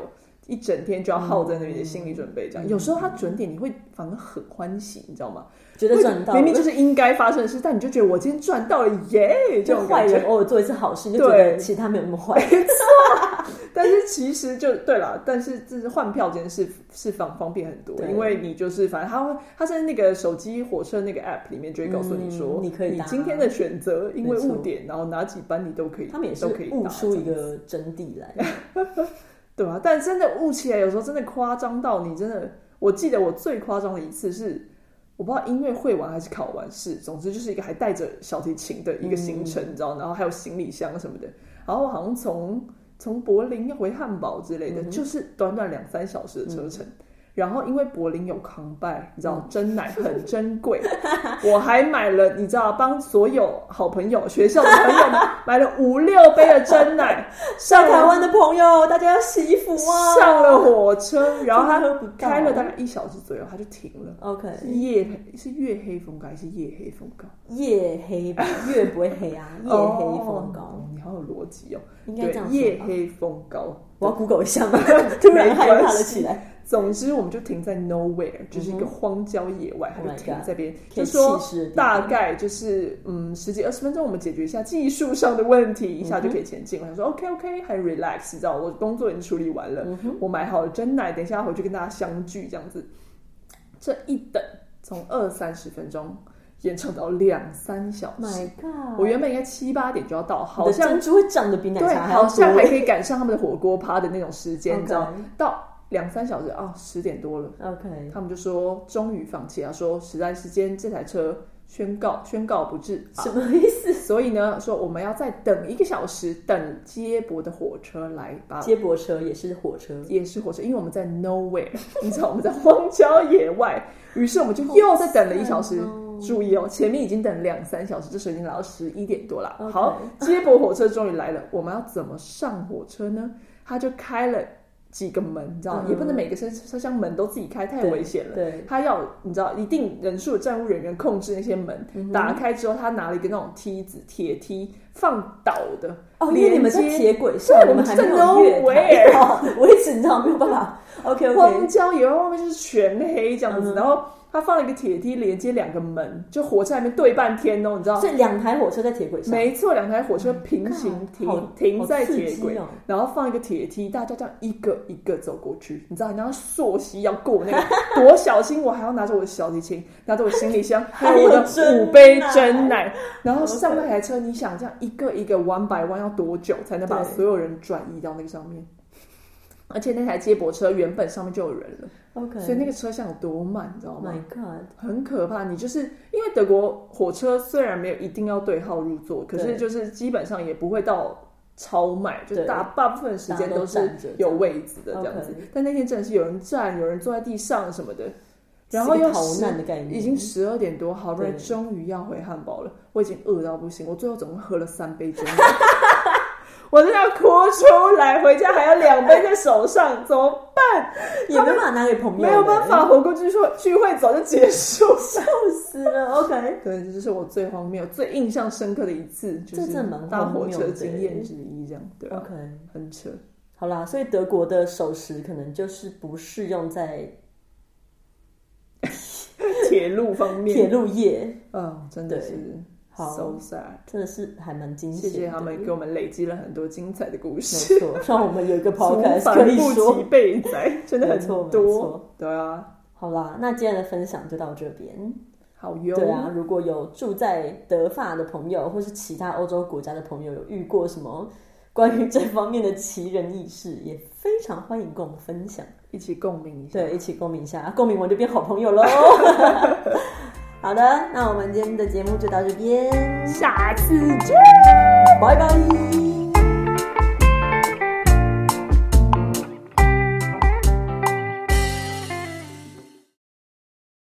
Speaker 2: 一整天就要耗在那边的心理准备。
Speaker 1: 嗯
Speaker 2: 这样，有时候它准点，你会反而很欢喜，你知道吗？
Speaker 1: 觉得赚到
Speaker 2: 明
Speaker 1: 了
Speaker 2: 明。就是应该发生的事，但你就觉得我今天赚到了 耶，
Speaker 1: 就
Speaker 2: 这种
Speaker 1: 坏
Speaker 2: 感
Speaker 1: 人
Speaker 2: 觉。
Speaker 1: 偶尔做一次好事，你就觉得
Speaker 2: 对
Speaker 1: 其他没有那么坏。
Speaker 2: 但是其实就对了，但是这是换票这件事是方方便很多，
Speaker 1: 对
Speaker 2: 因为你就是反正它会它在那个手机火车那个 app 里面就会告诉你说，
Speaker 1: 嗯你可以搭
Speaker 2: 今天的选择，因为
Speaker 1: 没错
Speaker 2: 误点，然后哪几班你都可以，
Speaker 1: 他们也是
Speaker 2: 都可以搭
Speaker 1: 悟出一
Speaker 2: 这样
Speaker 1: 个真谛来。
Speaker 2: 对啊，但真的悟起来，有时候真的夸张到你真的，我记得我最夸张的一次是，我不知道音乐会完还是考完试，总之就是一个还带着小提琴的一个行程，你知道，然后还有行李箱什么的，然后我好像从从柏林要回汉堡之类的，就是短短两三小时的车程。然后因为柏林有康拜，你知道真奶很珍贵，我还买了，你知道帮所有好朋友、学校的朋友们 买了五六杯的真奶，
Speaker 1: 在
Speaker 2: 上
Speaker 1: 台湾的朋友，大家要惜福啊！
Speaker 2: 上了火车，然后
Speaker 1: 真的喝不
Speaker 2: 他
Speaker 1: 到
Speaker 2: 开了大概一小时左右，他就停了。
Speaker 1: OK，
Speaker 2: 是夜黑是月黑风高还是夜黑风高？
Speaker 1: 夜黑吧，月不会黑啊，夜黑风高，
Speaker 2: 哦，你好有逻辑哦。
Speaker 1: 应该
Speaker 2: 对
Speaker 1: 这样，说
Speaker 2: 夜
Speaker 1: 吧。
Speaker 2: 黑风高。
Speaker 1: 我要 Google 一下 嘛，突然害怕了起来。
Speaker 2: 总之，我们就停在 nowhere，就是一个荒郊野外，他
Speaker 1: 嗯 Oh my
Speaker 2: 就停
Speaker 1: God
Speaker 2: 在边，
Speaker 1: 可以
Speaker 2: 就
Speaker 1: 弃
Speaker 2: 说
Speaker 1: 尸的地
Speaker 2: 大
Speaker 1: 方，
Speaker 2: 概就是嗯十几二十分钟，我们解决一下技术上的问题，一下
Speaker 1: 嗯
Speaker 2: 就可以前进。我想说 OK OK，很 relax，你知道我工作已经处理完
Speaker 1: 嗯
Speaker 2: 了，我买好了真奶，等一下回去跟大家相聚这样子。这一等从二三十分钟延长到两三小时
Speaker 1: My，God！
Speaker 2: 我原本应该七八点就要到，
Speaker 1: 你
Speaker 2: 好
Speaker 1: 的
Speaker 2: 像
Speaker 1: 珍珠会长得比奶
Speaker 2: 对，
Speaker 1: 茶还要
Speaker 2: 好
Speaker 1: 多嗯
Speaker 2: 像。还可以赶上他们的火锅趴的那种时间，你知道
Speaker 1: OK
Speaker 2: 到两三小时啊，十点多了。
Speaker 1: OK，
Speaker 2: 他们就说终于放弃，他说实在是今天这台车宣告宣告不治，
Speaker 1: 什么意思？
Speaker 2: 所以呢说我们要再等一个小时，等接驳的火车来吧。
Speaker 1: 接驳车也是火车，
Speaker 2: 也是火车，因为我们在 nowhere，你 知道我们在荒郊野外，于是我们就又再等了一小时
Speaker 1: 好惨哦。
Speaker 2: 注意 哦，前面已经等两三小时，这时候已经来到十一点多了。
Speaker 1: OK
Speaker 2: 好，接驳火车终于来了，我们要怎么上火车呢？他就开了几个门，你知道吗，
Speaker 1: 嗯
Speaker 2: 也不能每个车车厢门都自己开，太
Speaker 1: 对
Speaker 2: 危险了。
Speaker 1: 对，
Speaker 2: 他要你知道一定人数的站务人员控制那些门，
Speaker 1: 嗯
Speaker 2: 打开之后，他拿了一个那种梯子，铁梯放倒的。
Speaker 1: 哦，因
Speaker 2: 连
Speaker 1: 为你们在
Speaker 2: 接
Speaker 1: 铁轨上，
Speaker 2: 对
Speaker 1: 我们还没
Speaker 2: 我
Speaker 1: 有
Speaker 2: 们
Speaker 1: 月台
Speaker 2: 是
Speaker 1: 哦，我一直你知道没有办法。OK
Speaker 2: 荒
Speaker 1: OK，
Speaker 2: 郊野外，外面就是全黑这样子。
Speaker 1: 嗯
Speaker 2: 然后他放了一个铁梯连接两个门，就火车还没对半天哦，你知道？
Speaker 1: 所以两台火车在铁轨上，
Speaker 2: 没错，两台火车平行停、
Speaker 1: 好
Speaker 2: 停在铁轨，
Speaker 1: 好刺激哦
Speaker 2: 然后放一个铁梯，大家这样一个一个走过去，你知道，然后溯溪要过那个多小心，我还要拿着我的小提琴，拿着我的行李箱，还有我的五杯真奶，然后上那台车，你想这样一个一个 one by one 要多久才能把
Speaker 1: 对
Speaker 2: 所有人转移到那个上面？而且那台接驳车原本上面就有人了。
Speaker 1: OK，
Speaker 2: 所以那个车厢有多慢，你知道吗？
Speaker 1: My God，
Speaker 2: 很可怕。你就是因为德国火车虽然没有一定要对号入座，可
Speaker 1: 对
Speaker 2: 是就是基本上也不会到超卖，就
Speaker 1: 对
Speaker 2: 大大部分时间
Speaker 1: 大
Speaker 2: 都
Speaker 1: 家
Speaker 2: 是
Speaker 1: 都站着
Speaker 2: 有位子的这样子
Speaker 1: OK。
Speaker 2: 但那天真的是有人站，有人坐在地上什么的，然后又
Speaker 1: 是个逃
Speaker 2: 十
Speaker 1: 难的概念，
Speaker 2: 已经十二点多，好不容易
Speaker 1: 对
Speaker 2: 终于要回汉堡了，我已经饿到不行，我最后总共喝了三杯真奶， 我真的要哭出来，回家还有两杯在手上，怎么
Speaker 1: 也没办法拿给朋友，
Speaker 2: 没有办，法，火锅聚会聚会早就结束。
Speaker 1: 笑死了。OK，
Speaker 2: 对，这就是我最荒谬、最印象深刻的一次，就
Speaker 1: 这
Speaker 2: 是
Speaker 1: 真的蛮
Speaker 2: 搭
Speaker 1: 荒
Speaker 2: 火
Speaker 1: 谬
Speaker 2: 车
Speaker 1: 的
Speaker 2: 经验之一，这样对啊，
Speaker 1: OK，
Speaker 2: 很扯。
Speaker 1: 好啦，所以德国的守时可能就是不适用在
Speaker 2: 铁路方
Speaker 1: 铁
Speaker 2: 面，
Speaker 1: 路业，
Speaker 2: 嗯，真的是
Speaker 1: 好
Speaker 2: so sad。
Speaker 1: 真的是还蛮惊
Speaker 2: 谢
Speaker 1: 险的。
Speaker 2: 谢他们给我们累积了很多精彩的故事，
Speaker 1: 没 错，让我们有一个
Speaker 2: 祖
Speaker 1: podcast
Speaker 2: 反
Speaker 1: 可以
Speaker 2: 不及
Speaker 1: 说。
Speaker 2: 备载，真的
Speaker 1: 没
Speaker 2: 很
Speaker 1: 错没
Speaker 2: 多
Speaker 1: 错。
Speaker 2: 对啊，
Speaker 1: 好啦，那今天的分享就到这边。
Speaker 2: 好哟。
Speaker 1: 对啊，如果有住在德法的朋友，或是其他欧洲国家的朋友，有遇过什么关于这方面的奇人异事，也非常欢迎跟我们分享。
Speaker 2: 一起共鸣一下。
Speaker 1: 对，一起共鸣一下，共鸣完就变好朋友喽。好的，那我们今天的节目就到这边，
Speaker 2: 下次见，
Speaker 1: 拜拜。